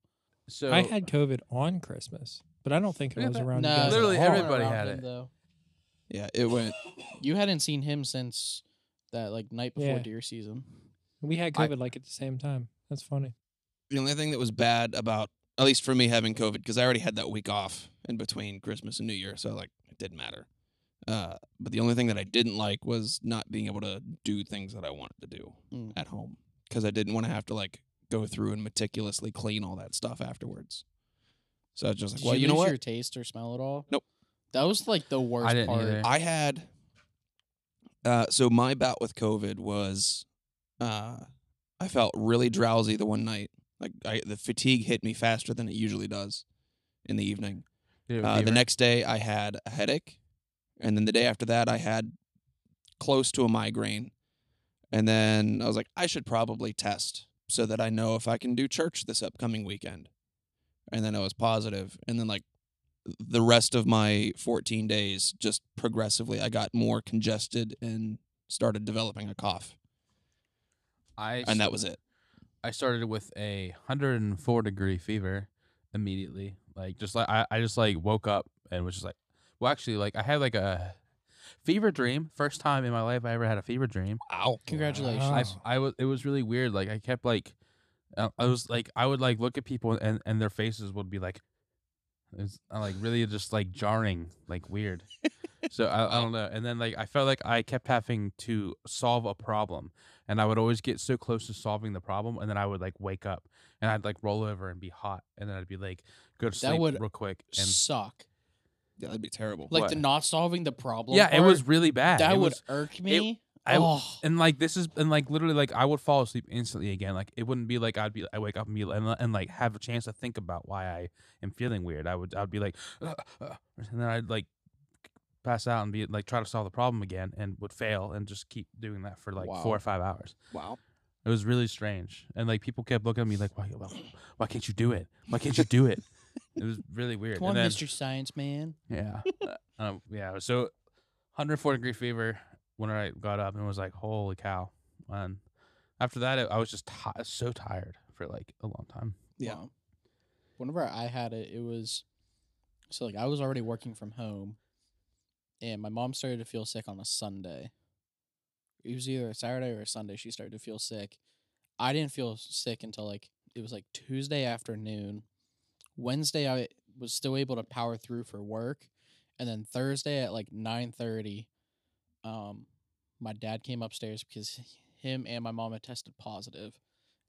D: so
C: I had COVID on Christmas, but I don't think
D: Look
C: it
D: at
C: was
D: that.
C: around.
A: No,
C: you guys at
D: Literally
C: all.
D: everybody-
A: around
D: had
A: him,
D: it.
A: Though.
B: yeah, it went.
A: You hadn't seen him since that like night before
C: Yeah.
A: deer season.
C: We had
B: I-
C: COVID like at the same time. That's funny.
B: The only thing that was bad about, at least for me, having COVID, because I already had that week off in between Christmas and New Year, so like it didn't matter. Uh, but the only thing that I didn't like was not being able to do things that I wanted to do
A: Mm.
B: at home because I didn't want to have to like go through and meticulously clean all that stuff afterwards. So I was just like,
A: Did
B: well,
A: you,
B: you, know
A: lose
B: what?
A: your taste or smell at all?
B: Nope.
A: That was like the worst
D: didn't
A: part.
D: either.
B: I had uh so my bout with COVID was uh I felt really drowsy the one night. Like I the fatigue hit me faster than it usually does in the evening.
D: Did it with
B: Uh, the
D: fever?
B: next day I had a headache and then the day after that I had close to a migraine And then I was like, I should probably test so that I know if I can do church this upcoming weekend. And then I was positive. And then, like, the rest of my 14 days, just progressively, I got more congested and started developing a cough.
D: I
B: And that was it.
D: I started with a 104 degree fever immediately. Like just like I, I just like woke up and was just like well actually like I had like a fever dream. First time in my life I ever had a fever dream.
B: Ow.
A: Congratulations.
C: Wow.
D: I I was it was really weird. Like I kept like uh, I was like I would like look at people and and their faces would be like it's uh, like really just like jarring, like weird. so I, I don't know. And then like I felt like I kept having to solve a problem, and I would always get so close to solving the problem, and then I would like wake up and I'd like roll over and be hot, and then I'd be like go to
A: That
D: sleep
A: would
D: real quick. And
A: Suck.
B: Yeah, that'd be terrible.
A: Like
D: What?
A: the not solving the problem.
D: yeah, it was
A: part,
D: really bad.
A: That
D: It
A: would
D: was-
A: irk me.
D: I-
A: oh,
D: and like this is and like literally like I would fall asleep instantly again. Like it wouldn't be like I'd be I wake up and be and, and like have a chance to think about why I am feeling weird. I would I'd be like, and then I'd like pass out and be like try to solve the problem again and would fail and just keep doing that for like four
B: Wow.
D: or five hours.
B: wow.
D: It was really strange. And like people kept looking at me like, why why, why can't you do it? Why can't you do it? It was really weird.
A: come on,
D: And then-
A: Mr. Science Man.
D: yeah. Uh, um, yeah. So 104 degree fever when I got up and was like, holy cow. And after that, I I was just ti so tired for like a long time.
B: Yeah.
A: Wow. Whenever I had it, it was so like I was already working from home, and my mom started to feel sick on a Sunday. It was either a Saturday or a Sunday. She started to feel sick. I didn't feel sick until like it was like Tuesday afternoon. Wednesday, I was still able to power through for work, and then Thursday at like nine thirty, um, my dad came upstairs because him and my mom had tested positive,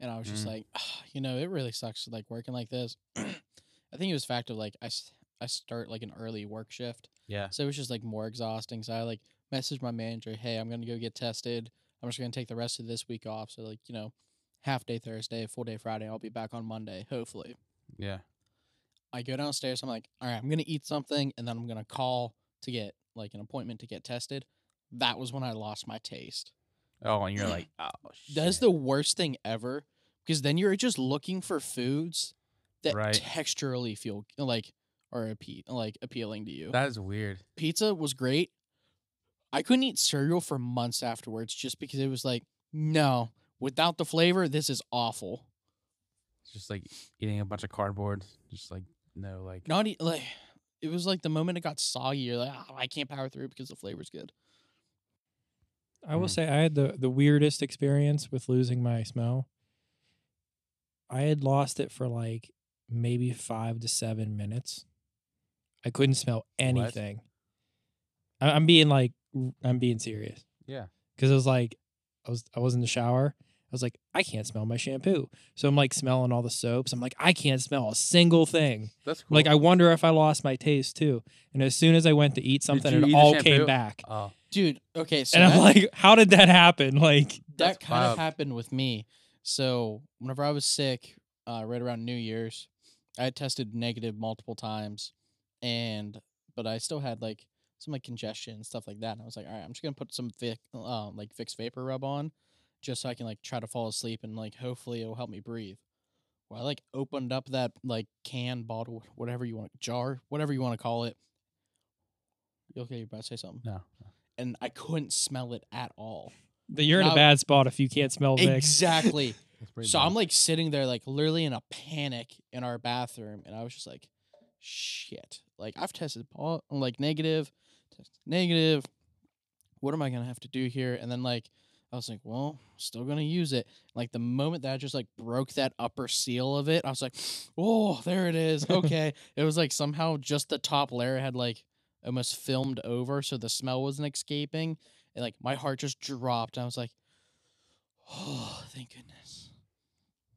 A: and I was just
D: Mm.
A: like, "Ah, you know, it really sucks like working like this. I think it was fact of like I s- I start like an early work shift,
D: Yeah.
A: so it was just like more exhausting. So I like messaged my manager, hey, I'm gonna go get tested. I'm just gonna take the rest of this week off. So like you know, half day Thursday, full day Friday. I'll be back on Monday, hopefully.
D: Yeah.
A: I go downstairs. I'm like, all right, I'm gonna eat something, and then I'm gonna call to get like an appointment to get tested. That was when I lost my taste.
D: Oh, and you're like, oh,
A: That's
D: shit."
A: the worst thing ever because then you're just looking for foods that
D: Right.
A: texturally feel like are appe- like appealing to you.
D: That is weird.
A: Pizza was great. I couldn't eat cereal for months afterwards just because it was like, no, without the flavor, this is awful.
D: It's just like eating a bunch of cardboard. Just like, no, like,
A: Not e- like it was like the moment it got soggy, you're like, oh, I can't power through because the flavor's good.
C: I will
D: Mm.
C: say I had the, the weirdest experience with losing my smell. I had lost it for like maybe five to seven minutes. I couldn't smell anything. I, I'm being like, r- I'm being serious
D: yeah.
C: because it was like, I was I was in the shower. I was like, I can't smell my shampoo. So I'm like smelling all the soaps. I'm like, I can't smell a single thing.
D: That's cool.
C: Like I wonder if I lost my taste too. And as soon as I went to eat something,
D: you eat
C: it
D: the
C: all
D: shampoo?
C: came back.
D: oh,
A: Dude, okay, so
C: and I'm
A: that-
C: like, how did that happen? Like
A: that
D: That's
A: kind
D: wild.
A: of happened with me. So whenever I was sick, uh, right around New Year's, I had tested negative multiple times, and but I still had like some like congestion and stuff like that. And I was like, all right, I'm just gonna put some Vic, uh, like Vicks vapor rub on, just so I can like try to fall asleep and like hopefully it'll help me breathe. Well, I like opened up that like can bottle, whatever you want, jar, whatever you want to call it. You okay? You about to say something?
D: no.
A: And I couldn't smell it at all.
C: that you're in a
A: Now-
C: bad spot if you can't smell Vicks.
A: Exactly.
D: That's pretty
A: So
D: bad.
A: I'm like sitting there, like literally in a panic in our bathroom, and I was just like, "Shit!" Like I've tested all like negative, tested negative. What am I gonna have to do here? And then like I was like, "Well, still gonna use it." Like the moment that I just like broke that upper seal of it, I was like, "Oh, there it is." Okay, it was like somehow just the top layer had like almost filmed over, so the smell wasn't escaping, and like my heart just dropped. I was like, "Oh, thank goodness."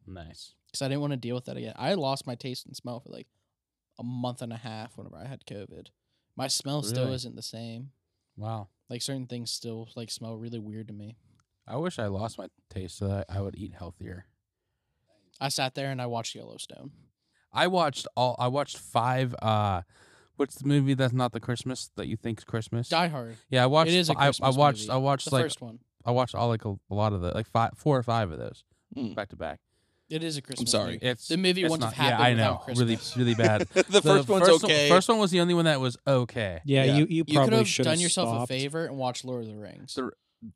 D: nice.
A: because I didn't want to deal with that again. I lost my taste and smell for like a month and a half whenever I had COVID. My smell still
D: Really?
A: isn't the same.
D: Wow.
A: Like certain things still like smell really weird to me.
D: I wish I lost my taste so that I would eat healthier.
A: I sat there and I watched Yellowstone.
D: I watched all. I watched five. uh What's the movie that's not the Christmas that you think's Christmas?
A: Die Hard.
D: Yeah, I watched.
A: is a
D: fi- I- I
A: Christmas
D: watched.
A: movie.
D: I watched
A: The
D: like
A: first one.
D: I watched all like a, a lot of the like five, four or five of those
B: Hmm.
D: back to back.
A: It is a Christmas.
B: sorry.
A: movie.
D: It's
A: The movie
D: it's
A: wouldn't
D: not-
A: have happened
D: Yeah, I
A: without
D: know, really,
A: Christmas.
D: really bad.
B: the first one's
D: first
B: okay.
D: One, first one was the only one that was okay.
C: Yeah,
B: Yeah.
C: you you
A: You could
C: probably
A: have
C: should
A: done yourself
C: stopped.
A: a favor and watched Lord of the Rings.
D: The-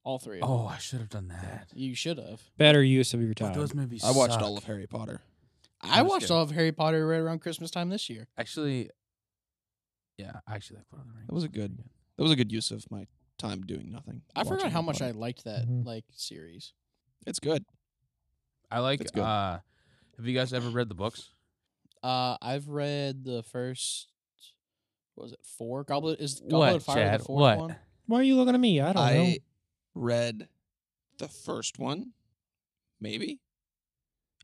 A: All three. Of them.
D: Oh, I should have done that.
A: You should have.
C: Better use of your time.
D: But those movies.
B: I watched
D: suck.
B: all of Harry Potter.
A: I
D: I'm just
A: watched
D: kidding.
A: all of Harry Potter right around Christmas time this year.
D: Actually, yeah, I actually like Lord of the Rings.
B: That was a good. That was a good use of my time doing nothing.
A: I forgot how
B: watching Harry
A: much I
B: Potter.
A: liked that
D: Mm-hmm.
C: Mhm.
A: like series.
B: It's good.
D: I like.
B: It's good.
D: Uh, have you guys ever read the books?
A: Uh, I've read the first. What was it four? Goblet is Goblet
D: what,
A: of Fire
D: Chad?
A: the fourth
D: What?
A: one.
C: Why are you looking at me? I don't
B: I
C: know.
B: read the first one, maybe.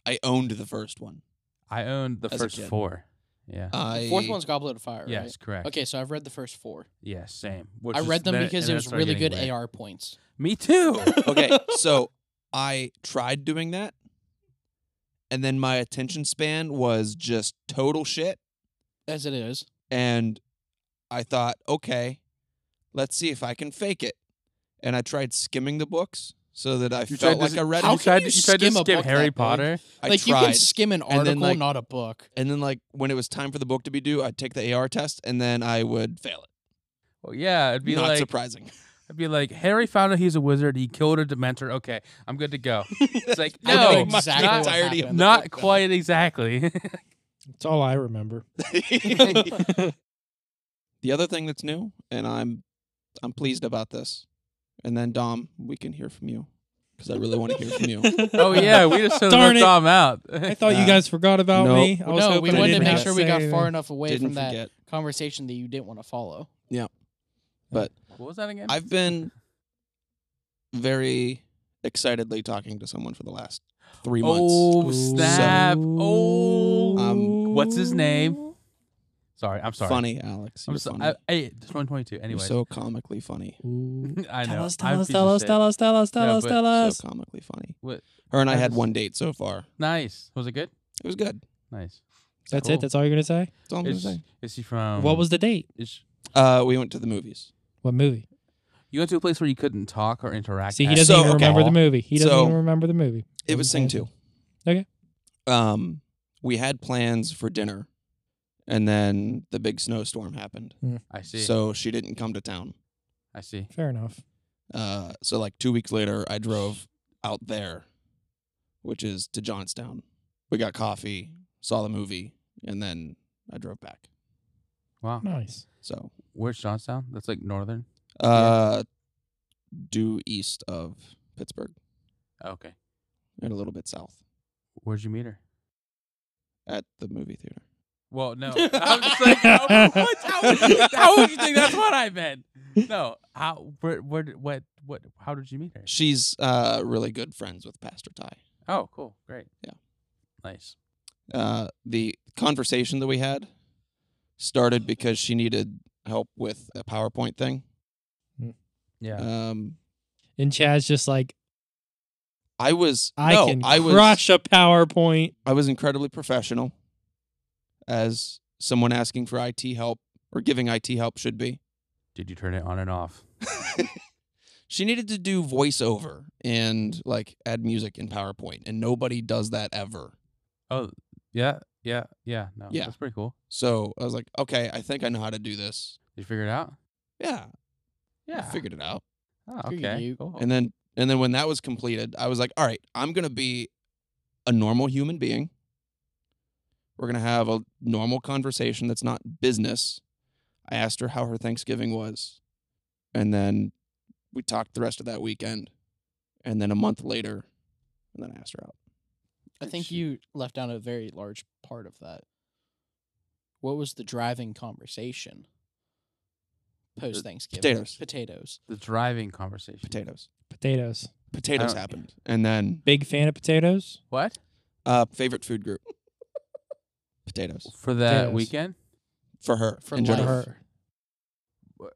B: I owned the first one.
D: I owned the
B: As a
D: first
B: kid.
D: four. Yeah.
B: I
A: The fourth one's Goblet of Fire.
D: yes,
A: Uh, Right?
D: correct.
A: Okay, so I've read the first four.
D: Yeah, same. Which
A: I
D: is-
A: read them
D: then-
A: because
D: and
A: it
D: then
A: was
D: started
A: really
D: getting
A: good
D: weird.
A: AR points.
D: Me too.
B: okay, so I tried doing that, and then my attention span was just total shit.
A: As it is.
B: And I thought, okay, let's see if I can fake it. And I tried skimming the books so that I felt like I read
A: How
D: you
B: it.
A: can
D: tried,
A: you
D: to- you tried
A: skim a
D: to skim
A: book that
D: Harry
A: big?
D: Potter.
B: I
A: like
B: tried.
A: you can skim an
B: then,
A: article,
B: like-
A: not a book.
B: and then, like, when it was time for the book to be due, I'd take the AR test and then I would fail it.
D: Well, yeah, it'd be
B: Not
D: like
B: surprising.
D: I'd be like Harry found out he's a wizard. He killed a dementor. Okay, I'm good to go. It's like
A: I know
D: no,
A: exactly
D: not,
A: what
B: entirety of
A: happened.
D: not quite exactly.
C: That's all I remember.
B: the other thing that's new, and I'm I'm pleased about this. And then Dom, we can hear from you because I really want to hear from you.
D: oh yeah, we just sort of
C: Darn
D: left
C: it.
D: Dom out.
C: I thought you guys forgot about
B: no.
C: me. I was
A: No,
C: hoping
A: we
C: I
A: wanted to
C: didn't
A: make
C: have
A: sure we
C: say
A: got
C: anything.
A: far enough away
B: Didn't
A: from that
B: forget.
A: conversation that you didn't want to follow.
D: what was that again?
B: I've been very excitedly talking to someone for the last three months.
D: oh snap! Oh,
C: uh,
B: Um,
D: what's his name? sorry, I'm sorry.
B: Funny, Alex. You're
D: I'm so,
B: funny.
D: I, hey, it's 122.
B: You're
D: Anyway,
B: so comically funny.
D: I know.
C: Tell us,
D: I'm a
C: tell us,
D: piece
C: tell
D: of
C: us,
D: shit.
C: tell us, tell us, tell
D: Yeah,
C: us,
D: but-
C: tell us.
B: So comically funny.
D: Uh, What-
B: Her and I
D: I
B: had
D: just-
B: one date so far.
D: Nice. Was it good?
B: It was good.
D: Nice.
C: That's
D: Cool.
C: it. That's all you're gonna say.
B: That's all I'm
D: Is,
B: gonna say.
D: is he from?
C: what was the date?
D: Is,
B: Uh, we went to the movies.
C: What movie?
D: you went to a place where you couldn't talk or interact.
C: See, he
D: at
C: doesn't
B: So,
C: even
B: okay.
C: remember
D: all.
C: the movie. He doesn't
B: So-
C: even remember the movie.
B: It was Sing Two.
C: Okay.
B: Um, we had plans for dinner, and then the big snowstorm happened,
D: I see.
B: so she didn't come to town.
D: I see.
C: Fair enough.
B: Uh, so like two weeks later, I drove out there, which is to Johnstown. We got coffee, saw the movie, and then I drove back.
D: Wow.
C: Nice.
B: So
D: Where's Johnstown? That's like northern.
B: uh, due east of Pittsburgh
D: Oh, Okay.
B: and a little bit south
D: Where'd you meet her?
B: at the movie theater.
D: Well, no. I was just like, how, what? How, how would you think that's what I meant? No. How? Where? Where? did- What? What? How did you meet her?
B: She's uh really good friends with Pastor Ty.
D: Oh, cool. Great.
B: Yeah.
D: Nice.
B: Uh, the conversation that we had started because she needed help with a PowerPoint thing.
D: Yeah.
B: Um,
C: And Chad's just like,
B: I was
C: I
B: no,
C: can
B: I was
C: crush a PowerPoint.
B: I was incredibly professional, as someone asking for IT help or giving IT help should be.
D: did you turn it on and off?
B: she needed to do voiceover and like add music in PowerPoint, and nobody does that ever.
D: Oh, yeah, yeah, yeah. No,
B: Yeah.
D: that's pretty cool.
B: So I was like, okay, I think I know how to do this.
D: Did you figure it out?
B: Yeah, I
D: Yeah.
B: figured it out.
D: oh,
A: Figured
D: okay.
A: you-
D: Cool.
B: And then and then when that was completed, I was like, all right, I'm gonna be a normal human being. We're gonna have a normal conversation that's not business. I asked her how her Thanksgiving was. And then we talked the rest of that weekend. And then a month later, and then I asked her out.
A: I
D: Good
A: think
D: shit.
A: you left out a very large part of that. What was the driving conversation post Thanksgiving?
B: potatoes.
A: Potatoes.
D: the driving conversation.
B: Potatoes.
C: Potatoes.
B: Potatoes
D: don't-
B: happened. And then
C: Big fan of potatoes.
D: What
B: uh favorite food group. Potatoes.
D: for that
C: Yes.
D: weekend?
B: For her.
A: For
B: in
A: life.
B: general.
C: Her.
D: You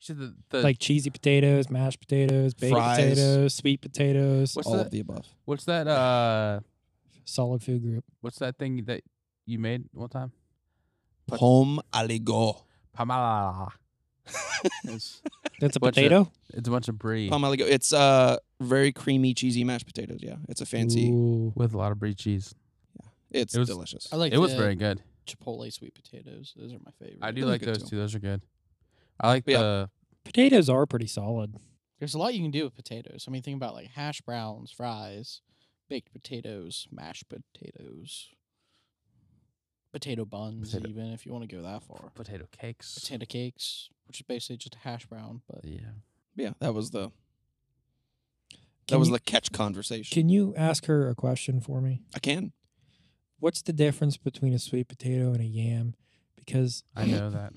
D: said the, the
C: Like cheesy potatoes, mashed potatoes, baked
B: Uh, Fries.
C: potatoes, sweet potatoes.
D: what's
B: All
D: that?
B: of the above.
D: what's that? Uh,
C: Solid food group.
D: what's that thing that you made one time?
B: Home aligo.
D: Pamala. It's-
C: That's a
D: What's
C: potato.
D: It's a bunch of brie
B: Palm Alley Go. It's uh very creamy, cheesy mashed potatoes. Yeah, it's a fancy.
C: Ooh.
D: with a lot of brie cheese.
B: It's
D: It was-
B: delicious.
A: I like
D: it was
A: the
D: very good.
A: Chipotle sweet potatoes. Those are my favorite.
D: I do
B: Those are
D: like
B: good
D: those
B: too.
D: too. Those are good. I like
B: But yeah.
D: the
C: Potatoes are pretty solid.
A: There's a lot you can do with potatoes. I mean, think about like hash browns, fries, baked potatoes, mashed potatoes, potato buns,
D: Potato-
A: even if you want to go that far.
D: potato cakes.
A: Potato cakes, which is basically just a hash brown, but
D: Yeah.
B: yeah, that was the that
C: Can
B: was
C: you-
B: the catch conversation.
C: Can you ask her a question for me?
B: I can.
C: What's the difference between a sweet potato and a yam? Because
D: I know that.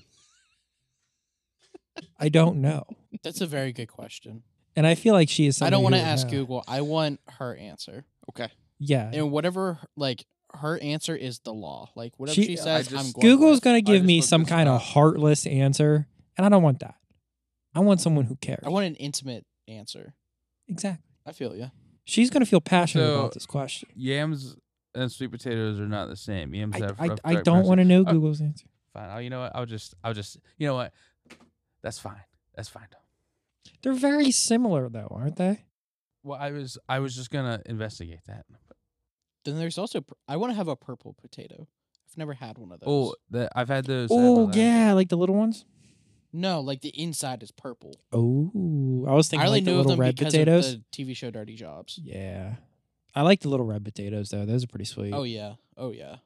C: I don't know.
A: that's a very good question.
C: And I feel like she is
A: I don't want
C: somebody
A: to
C: who would
A: ask
C: know.
A: Google. I want her answer,
B: Okay.
C: Yeah.
A: and whatever her- like her answer is the law. Like whatever
C: She-
A: she,
C: I
A: says,
D: just-
A: I'm going.
C: Google's
A: with.
C: going to give
D: just
C: me
D: looked
C: some
D: this
C: kind
D: up.
C: of heartless answer, and I don't want that. I want someone who cares.
A: I want an intimate answer.
C: exactly.
A: I feel you.
C: She's going to feel passionate
D: So-
C: about this question.
D: Yams and sweet potatoes are not the same. Yams
C: I,
D: have.
C: I,
D: rough,
C: I
D: dark
C: don't
D: brown-
C: want to know
D: Uh,
C: Google's answer.
D: Fine. Oh, you know what? I'll just. I'll just. You know what? That's fine. That's fine.
C: They're very similar, though, aren't they?
D: Well, I was. I was just gonna investigate that.
A: Then there's also pur- I want to have a purple potato. I've never had one of those.
D: Oh, the, I've had those. I had one
C: Oh,
D: of those.
C: yeah, like the little ones.
A: No, like the inside is purple.
C: Oh, I was thinking
A: I only
C: like the
A: knew of
C: little
A: them
C: red
A: because
C: potatoes.
A: of the TV show Dirty Jobs.
C: Yeah, I like the little red potatoes though. Those are pretty sweet.
A: Oh yeah, oh yeah.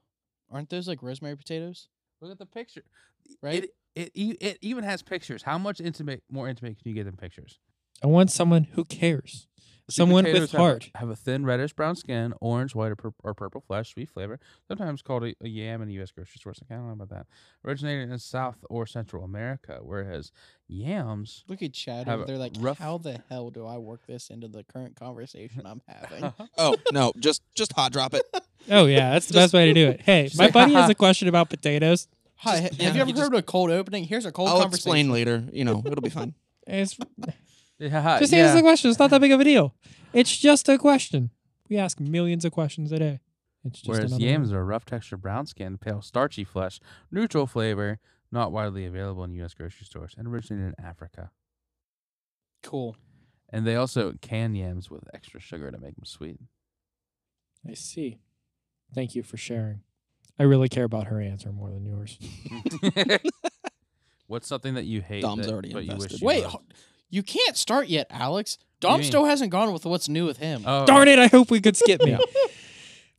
A: Aren't those like rosemary potatoes?
D: Look at the picture.
A: Right?
D: It, it e- it even has pictures. How much intimate more intimate can you get than pictures?
C: I want someone who cares.
D: Sweet
C: Someone with
D: potatoes have-
C: heart.
D: Have, a thin reddish brown skin, orange, white, or, pur- or purple flesh, sweet flavor. Sometimes called a, a yam in U.S. grocery stores. Like, I don't know about that. Originated in South or Central America, whereas yams.
A: Look at Chad
D: Have
A: over
D: a
A: there. Like,
D: rough-
A: how the hell do I work this into the current conversation I'm having?
B: Oh no, just just hot drop it.
C: Oh yeah, that's the
A: Just-
C: best way to do it. Hey,
D: She's
C: my
D: like,
C: buddy has
D: "Haha."
C: a question about potatoes.
A: Hi, have
B: Just- yeah,
A: you ever
B: you
A: heard of a cold opening? Here's a cold
B: I'll
A: conversation.
B: explain later. You know, it'll be fine.
C: It's,
D: Yeah,
C: just
D: Uh, yeah.
C: answer the question. It's not that big of a deal. It's just a question. We ask millions of questions a day. It's just
D: Whereas
C: another
D: yams
C: one.
D: are a rough texture, brown skin, pale, starchy flesh, neutral flavor, not widely available in U.S. grocery stores, and originated in Africa.
A: Cool.
D: And they also can yams with extra sugar to make them sweet.
C: I see. Thank you for sharing. I really care about her answer more than yours.
D: What's something that you hate?
B: Dom's
D: that-
B: already
D: but you
B: invested.
D: wish you
A: Wait,
D: loved?
A: ho- you can't start yet, Alex.
D: What do
A: Dom
D: you
A: still hasn't gone with what's new with him.
D: Oh,
C: Darn it! I hope we could skip me.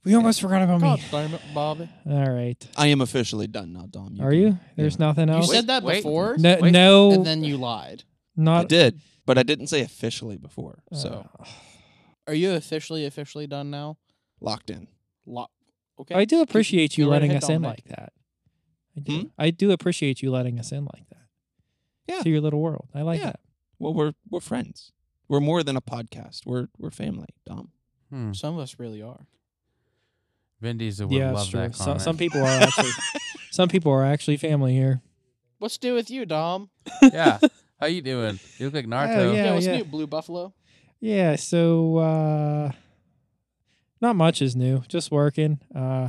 C: We almost forgot about
A: God
C: me.
A: damn it, Bobby.
C: All right.
B: I am officially done now, Dom.
C: Are
B: can-
C: you? There's nothing
A: You
C: else.
A: said that
D: wait.
A: before,
C: no,
D: wait,
C: no,
A: and then you lied.
B: I
C: not.
B: did, but I didn't say officially before. So
C: Uh,
A: Are you officially officially done now?
B: locked in.
A: Lo- okay.
C: I do
A: Keep-
C: appreciate you
A: go right
C: letting
A: ahead,
C: us in
A: Dominic.
C: like that. I do. I do appreciate you letting us in like that.
B: Yeah.
C: To your little world. I like
B: Yeah.
C: that.
B: Well, we're we're friends. We're more than a podcast. We're we're family, Dom.
D: Hmm.
C: um,
A: Some of us really are.
D: Vin Diesel would
C: Yeah,
D: love
C: that's true.
D: that
C: So,
D: comment.
C: some people are actually some people are actually family here.
A: What's new with you, Dom?
D: yeah. How you doing? You look like Naruto.
C: Oh, yeah.
A: Yeah, what's
C: yeah.
A: new, Blue Buffalo?
C: Yeah, so uh not much is new. Just working. Uh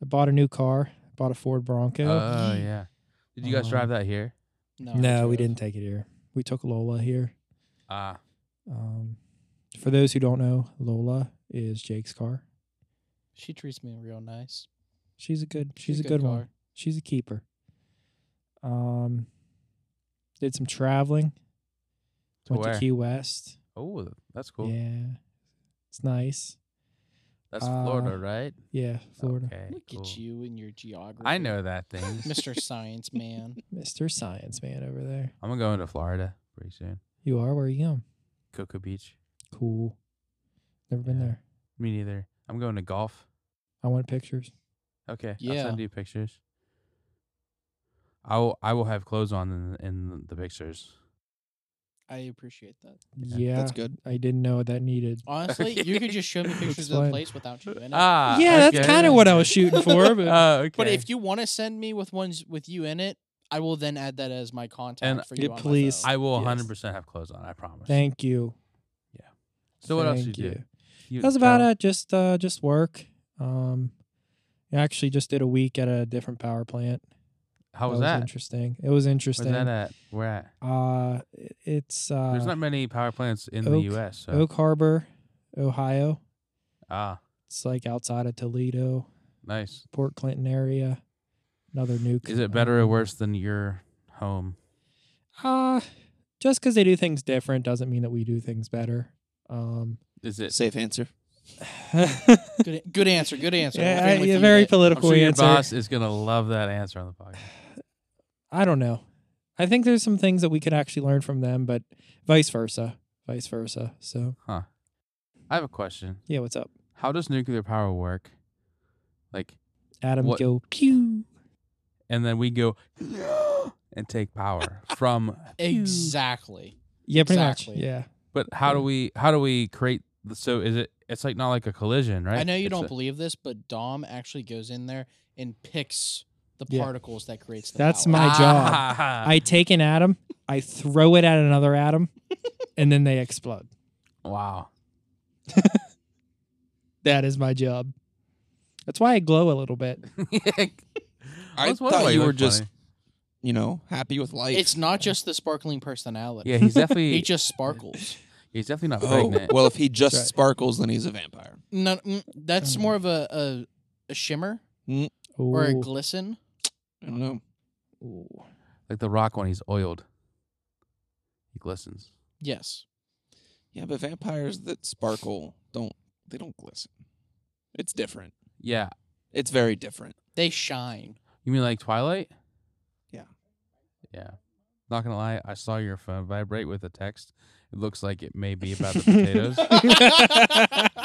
C: I bought a new car. Bought a Ford Bronco.
D: Oh yeah. Did you guys
C: Uh,
D: drive that here?
A: No,
C: no, we
A: Joe.
C: didn't take it here. We took Lola here.
D: Ah,
C: Um, for those who don't know, Lola is Jake's car.
A: She treats me real nice.
C: She's a good. She's, a good, one.
A: car.
C: She's a keeper. Um, did some traveling.
D: To
C: went
D: where?
C: to Key West.
D: oh, that's cool.
C: Yeah, it's nice.
D: That's
C: Uh,
D: Florida, right?
C: Yeah, Florida,
D: Okay,
A: Look
D: cool.
A: at you and your geography.
D: I know that thing.
A: Mr. Science Man.
C: Mr. Science Man over there.
D: I'm gonna go into Florida pretty soon.
C: You are where are you going?
D: Cocoa Beach.
C: Cool. Never been
D: Yeah.
C: there.
D: Me neither. I'm going to golf.
C: I want pictures.
D: Okay. I'll
A: Yeah.
D: send you pictures. I will. I will have clothes on in, in the pictures.
A: I appreciate that.
C: Yeah,
B: That's good.
C: I didn't know what that needed.
A: Honestly, you could just show me pictures of
C: Explain.
A: the place without you in it.
D: Ah.
C: yeah, that's
D: okay.
C: kind of what I was shooting for. But
D: Oh, okay.
A: but if you want to send me with ones with you in it, I will then add that as my contact
D: And-
A: for you.
C: Yeah,
A: on my
C: please.
A: phone.
D: I will
C: Yes.
D: 100% have clothes on. I promise.
C: thank you.
D: so what else
C: Thank
D: you do? You
C: That was about
D: travel-
C: it. Just uh, just work. Um, I actually just did a week at a different power plant.
D: How was that?
C: interesting. It was
D: Where's
C: interesting.
D: that at? Where at?
C: Uh, it- it's uh,
D: There's not many power plants in
C: Oak-
D: the U.S. So.
C: Oak Harbor, Ohio.
D: Ah,
C: It's like outside of Toledo,
D: nice.
C: Port Clinton area. Another nuke.
D: Is
C: I
D: it better or
C: don't know.
D: worse than your home?
C: Uh, just because they do things different doesn't mean that we do things better. Um,
D: Is it?
B: Safe answer.
A: Good, good answer. Good answer.
C: yeah,
A: We're
C: I-
A: in with
C: yeah,
A: you
C: very
A: there.
D: I'm
C: political
D: sure your
C: answer.
D: boss is gonna love that answer on the podcast.
C: I don't know. I think there's some things that we could actually learn from them, but vice versa, vice versa. So
D: I have a question.
C: yeah, what's up,
D: How does nuclear power work? Like,
C: Adam?
D: What-
C: Go pew.
D: and then we go and take power from.
A: Exactly.
C: Yeah, pretty much.
A: Exactly.
C: Yeah,
D: But how do we? How do we create? the- So is it? It's like not like a collision, right?
A: I know you
D: It's
A: don't
D: a-
A: believe this, but Dom actually goes in there and picks the
C: Yeah.
A: particles that creates the
C: That's
A: power.
C: my job.
D: Ah.
C: I take an atom, I throw it at another atom, and then they explode.
D: wow.
C: That is my job. That's why I glow a little bit.
B: I
D: was
B: thought
D: wondering why
B: you were
D: looked
B: just-
D: funny.
B: You know, happy with life.
A: It's not just the sparkling personality.
D: Yeah, he's definitely.
A: He just sparkles.
D: he's definitely not
B: Oh,
D: pregnant.
B: well, if he just
C: That's right.
B: sparkles, then he's a vampire.
A: No, mm, that's
C: Mm.
A: more of a, a a shimmer or a
C: Ooh.
A: glisten.
B: I don't know.
C: Ooh.
D: Like the rock one, he's oiled. He glistens.
A: Yes.
B: Yeah, but vampires that sparkle don't they don't glisten. It's different.
D: Yeah.
B: It's very different.
A: They shine.
D: You mean like Twilight?
B: Yeah.
D: Yeah. Not gonna lie, I saw your phone vibrate with a text. It looks like it may be about the potatoes.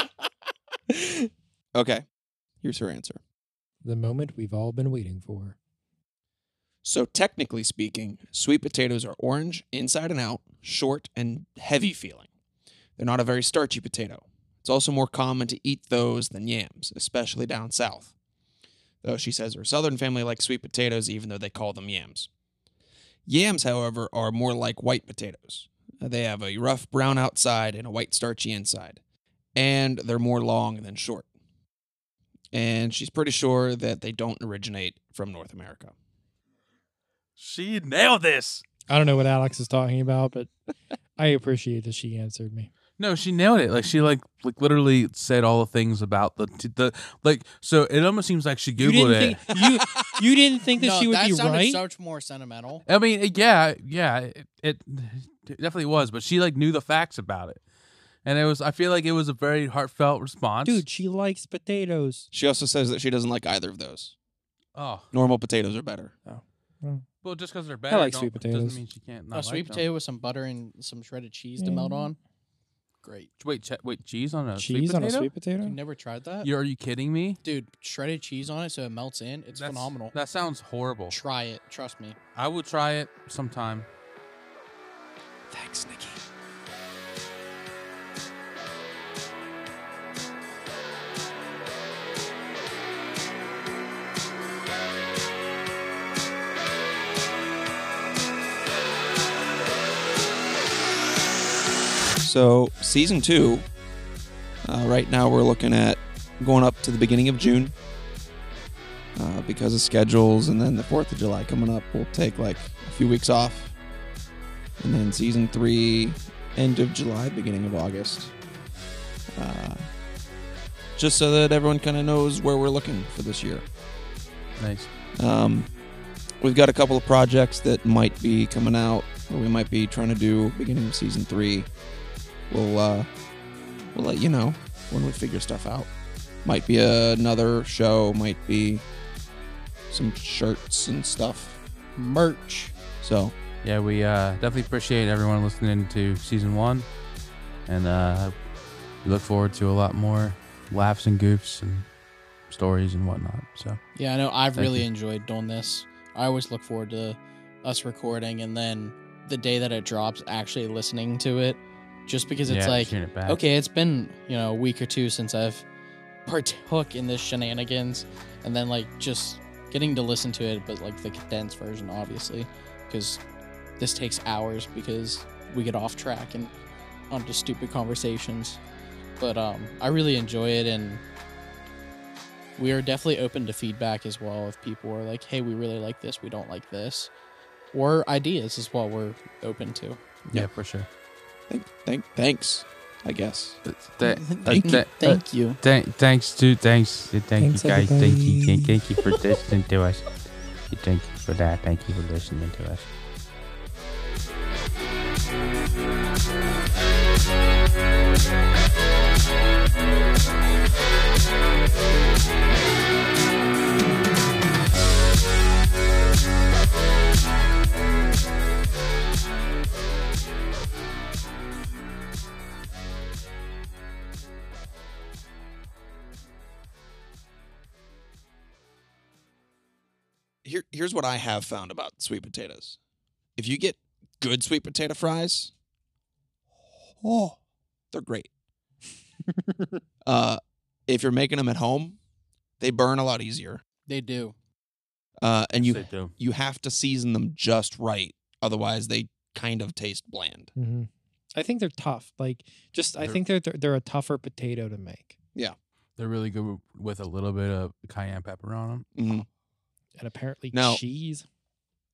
B: Okay. Here's her answer.
C: The moment we've all been waiting for.
B: So technically speaking, sweet potatoes are orange inside and out, short and heavy feeling. They're not a very starchy potato. It's also more common to eat those than yams, especially down south. Though she says her southern family likes sweet potatoes even though they call them yams. Yams, however, are more like white potatoes. They have a rough brown outside and a white starchy inside, and they're more long than short. And she's pretty sure that they don't originate from North America.
D: she nailed this.
C: I don't know what Alex is talking about, but I appreciate that she answered me.
D: No, she nailed it. Like she like like literally said all the things about the t- the like. So it almost seems like she
C: You
D: googled
C: didn't
D: it.
C: think you you didn't think that
A: no,
C: she would
A: that
C: be
A: sounded
C: right?
A: so much more sentimental.
D: I mean, it- yeah, yeah, it, it definitely was, but she like knew the facts about it, and it was. I feel like it was a very heartfelt response.
C: Dude, she likes potatoes.
B: She also says that she doesn't like either of those.
D: oh,
B: Normal potatoes are better.
D: well, just because they're better,
C: like
D: don't-
C: sweet potatoes.
D: Doesn't mean she can't. Not
A: A Oh, sweet
D: like them.
A: potato with some butter and some shredded cheese to melt
C: Yeah.
A: on. Great.
D: Wait, che- wait, cheese on a sweet
C: Cheese on
D: potato?
C: a sweet
A: You
C: potato?
A: never tried that?
D: You- are you kidding me?
A: Dude, shredded cheese on it so it melts in. It's phenomenal.
D: That sounds horrible.
A: Try it. Trust me.
D: I will try it sometime.
B: Thanks, Nikki. So, season two, uh, right now we're looking at going up to the beginning of June. Uh, because of schedules, and then the 4th of July coming up, we'll take like a few weeks off and then season three, end of July, beginning of August. Uh, just so that everyone kind of knows where we're looking for this year.
D: Nice.
B: Um, we've got a couple of projects that might be coming out, or we might be trying to do beginning of season three. We'll uh, we'll let you know when we figure stuff out. Might be another show, might be some shirts and stuff.
A: Merch.
B: So
D: Yeah, we uh, definitely appreciate everyone listening to season one, and uh, we look forward to a lot more laughs and goofs and stories and whatnot. So
A: Yeah, I know. I've
D: Thank
A: really
D: you.
A: enjoyed doing this. I always look forward to us recording and then the day that it drops, actually listening to it, just because
D: yeah,
A: it's
D: just
A: like,
D: hearing it back.
A: okay, it's been you know a week or two since I've partook in this shenanigans, and then like just getting to listen to it, but like the condensed version, obviously, because this takes hours because we get off track and onto stupid conversations. But um, I really enjoy it, and We are definitely open to feedback as well. If people are like, "Hey, we really like this. We don't like this," or ideas as well, we're open to.
B: Yeah.
D: Yeah, for sure.
B: Thank, thank, thanks. I guess.
D: Th- th-
A: Thank you. Uh,
D: th-
A: Thank you.
D: Thank, thanks to thanks, thank
C: Thanks,
D: you guys. Thank you, thank,
C: everybody.
D: thank you for listening to us. Thank you for that. Thank you for listening to us.
B: Here, here's what I have found about sweet potatoes. If you get good sweet potato fries, oh, they're great. uh, if you're making them at home, they burn a lot easier.
A: They do.
B: Uh, and you
D: Yes, they do.
B: you have to season them just right, otherwise they kind of taste bland.
C: Mm-hmm. I think they're tough. Like just I
D: They're-
C: think they're they're they're a tougher potato to make
D: They're really good with a little bit of cayenne pepper on them.
B: Mhm.
C: and apparently
B: No.
C: cheese.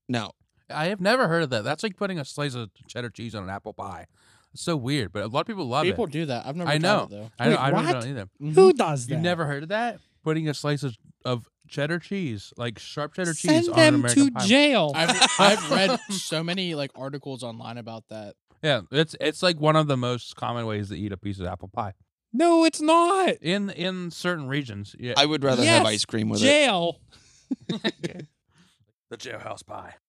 B: Now,
D: I have never heard of that. That's like putting a slice of cheddar cheese on an apple pie. It's so weird, but a lot of people love
A: People
D: it.
A: do that. I've never.
D: I
A: tried
D: know.
A: it, though.
D: I,
C: Wait,
D: don't, I don't
C: what?
D: know either.
A: Mhm.
C: Who does that?
D: You never heard of that? Putting a slice of, of cheddar cheese, like sharp cheddar cheese,
C: Send
D: on an
C: them
D: American
C: to
D: pie.
C: jail.
A: I've, I've read so many like articles online about that.
D: yeah, it's it's like one of the most common ways to eat a piece of apple pie
C: no, it's not
D: in in certain regions. Yeah,
B: I would rather have
C: Yes,
B: ice cream with it.
C: jail.
D: the jailhouse pie.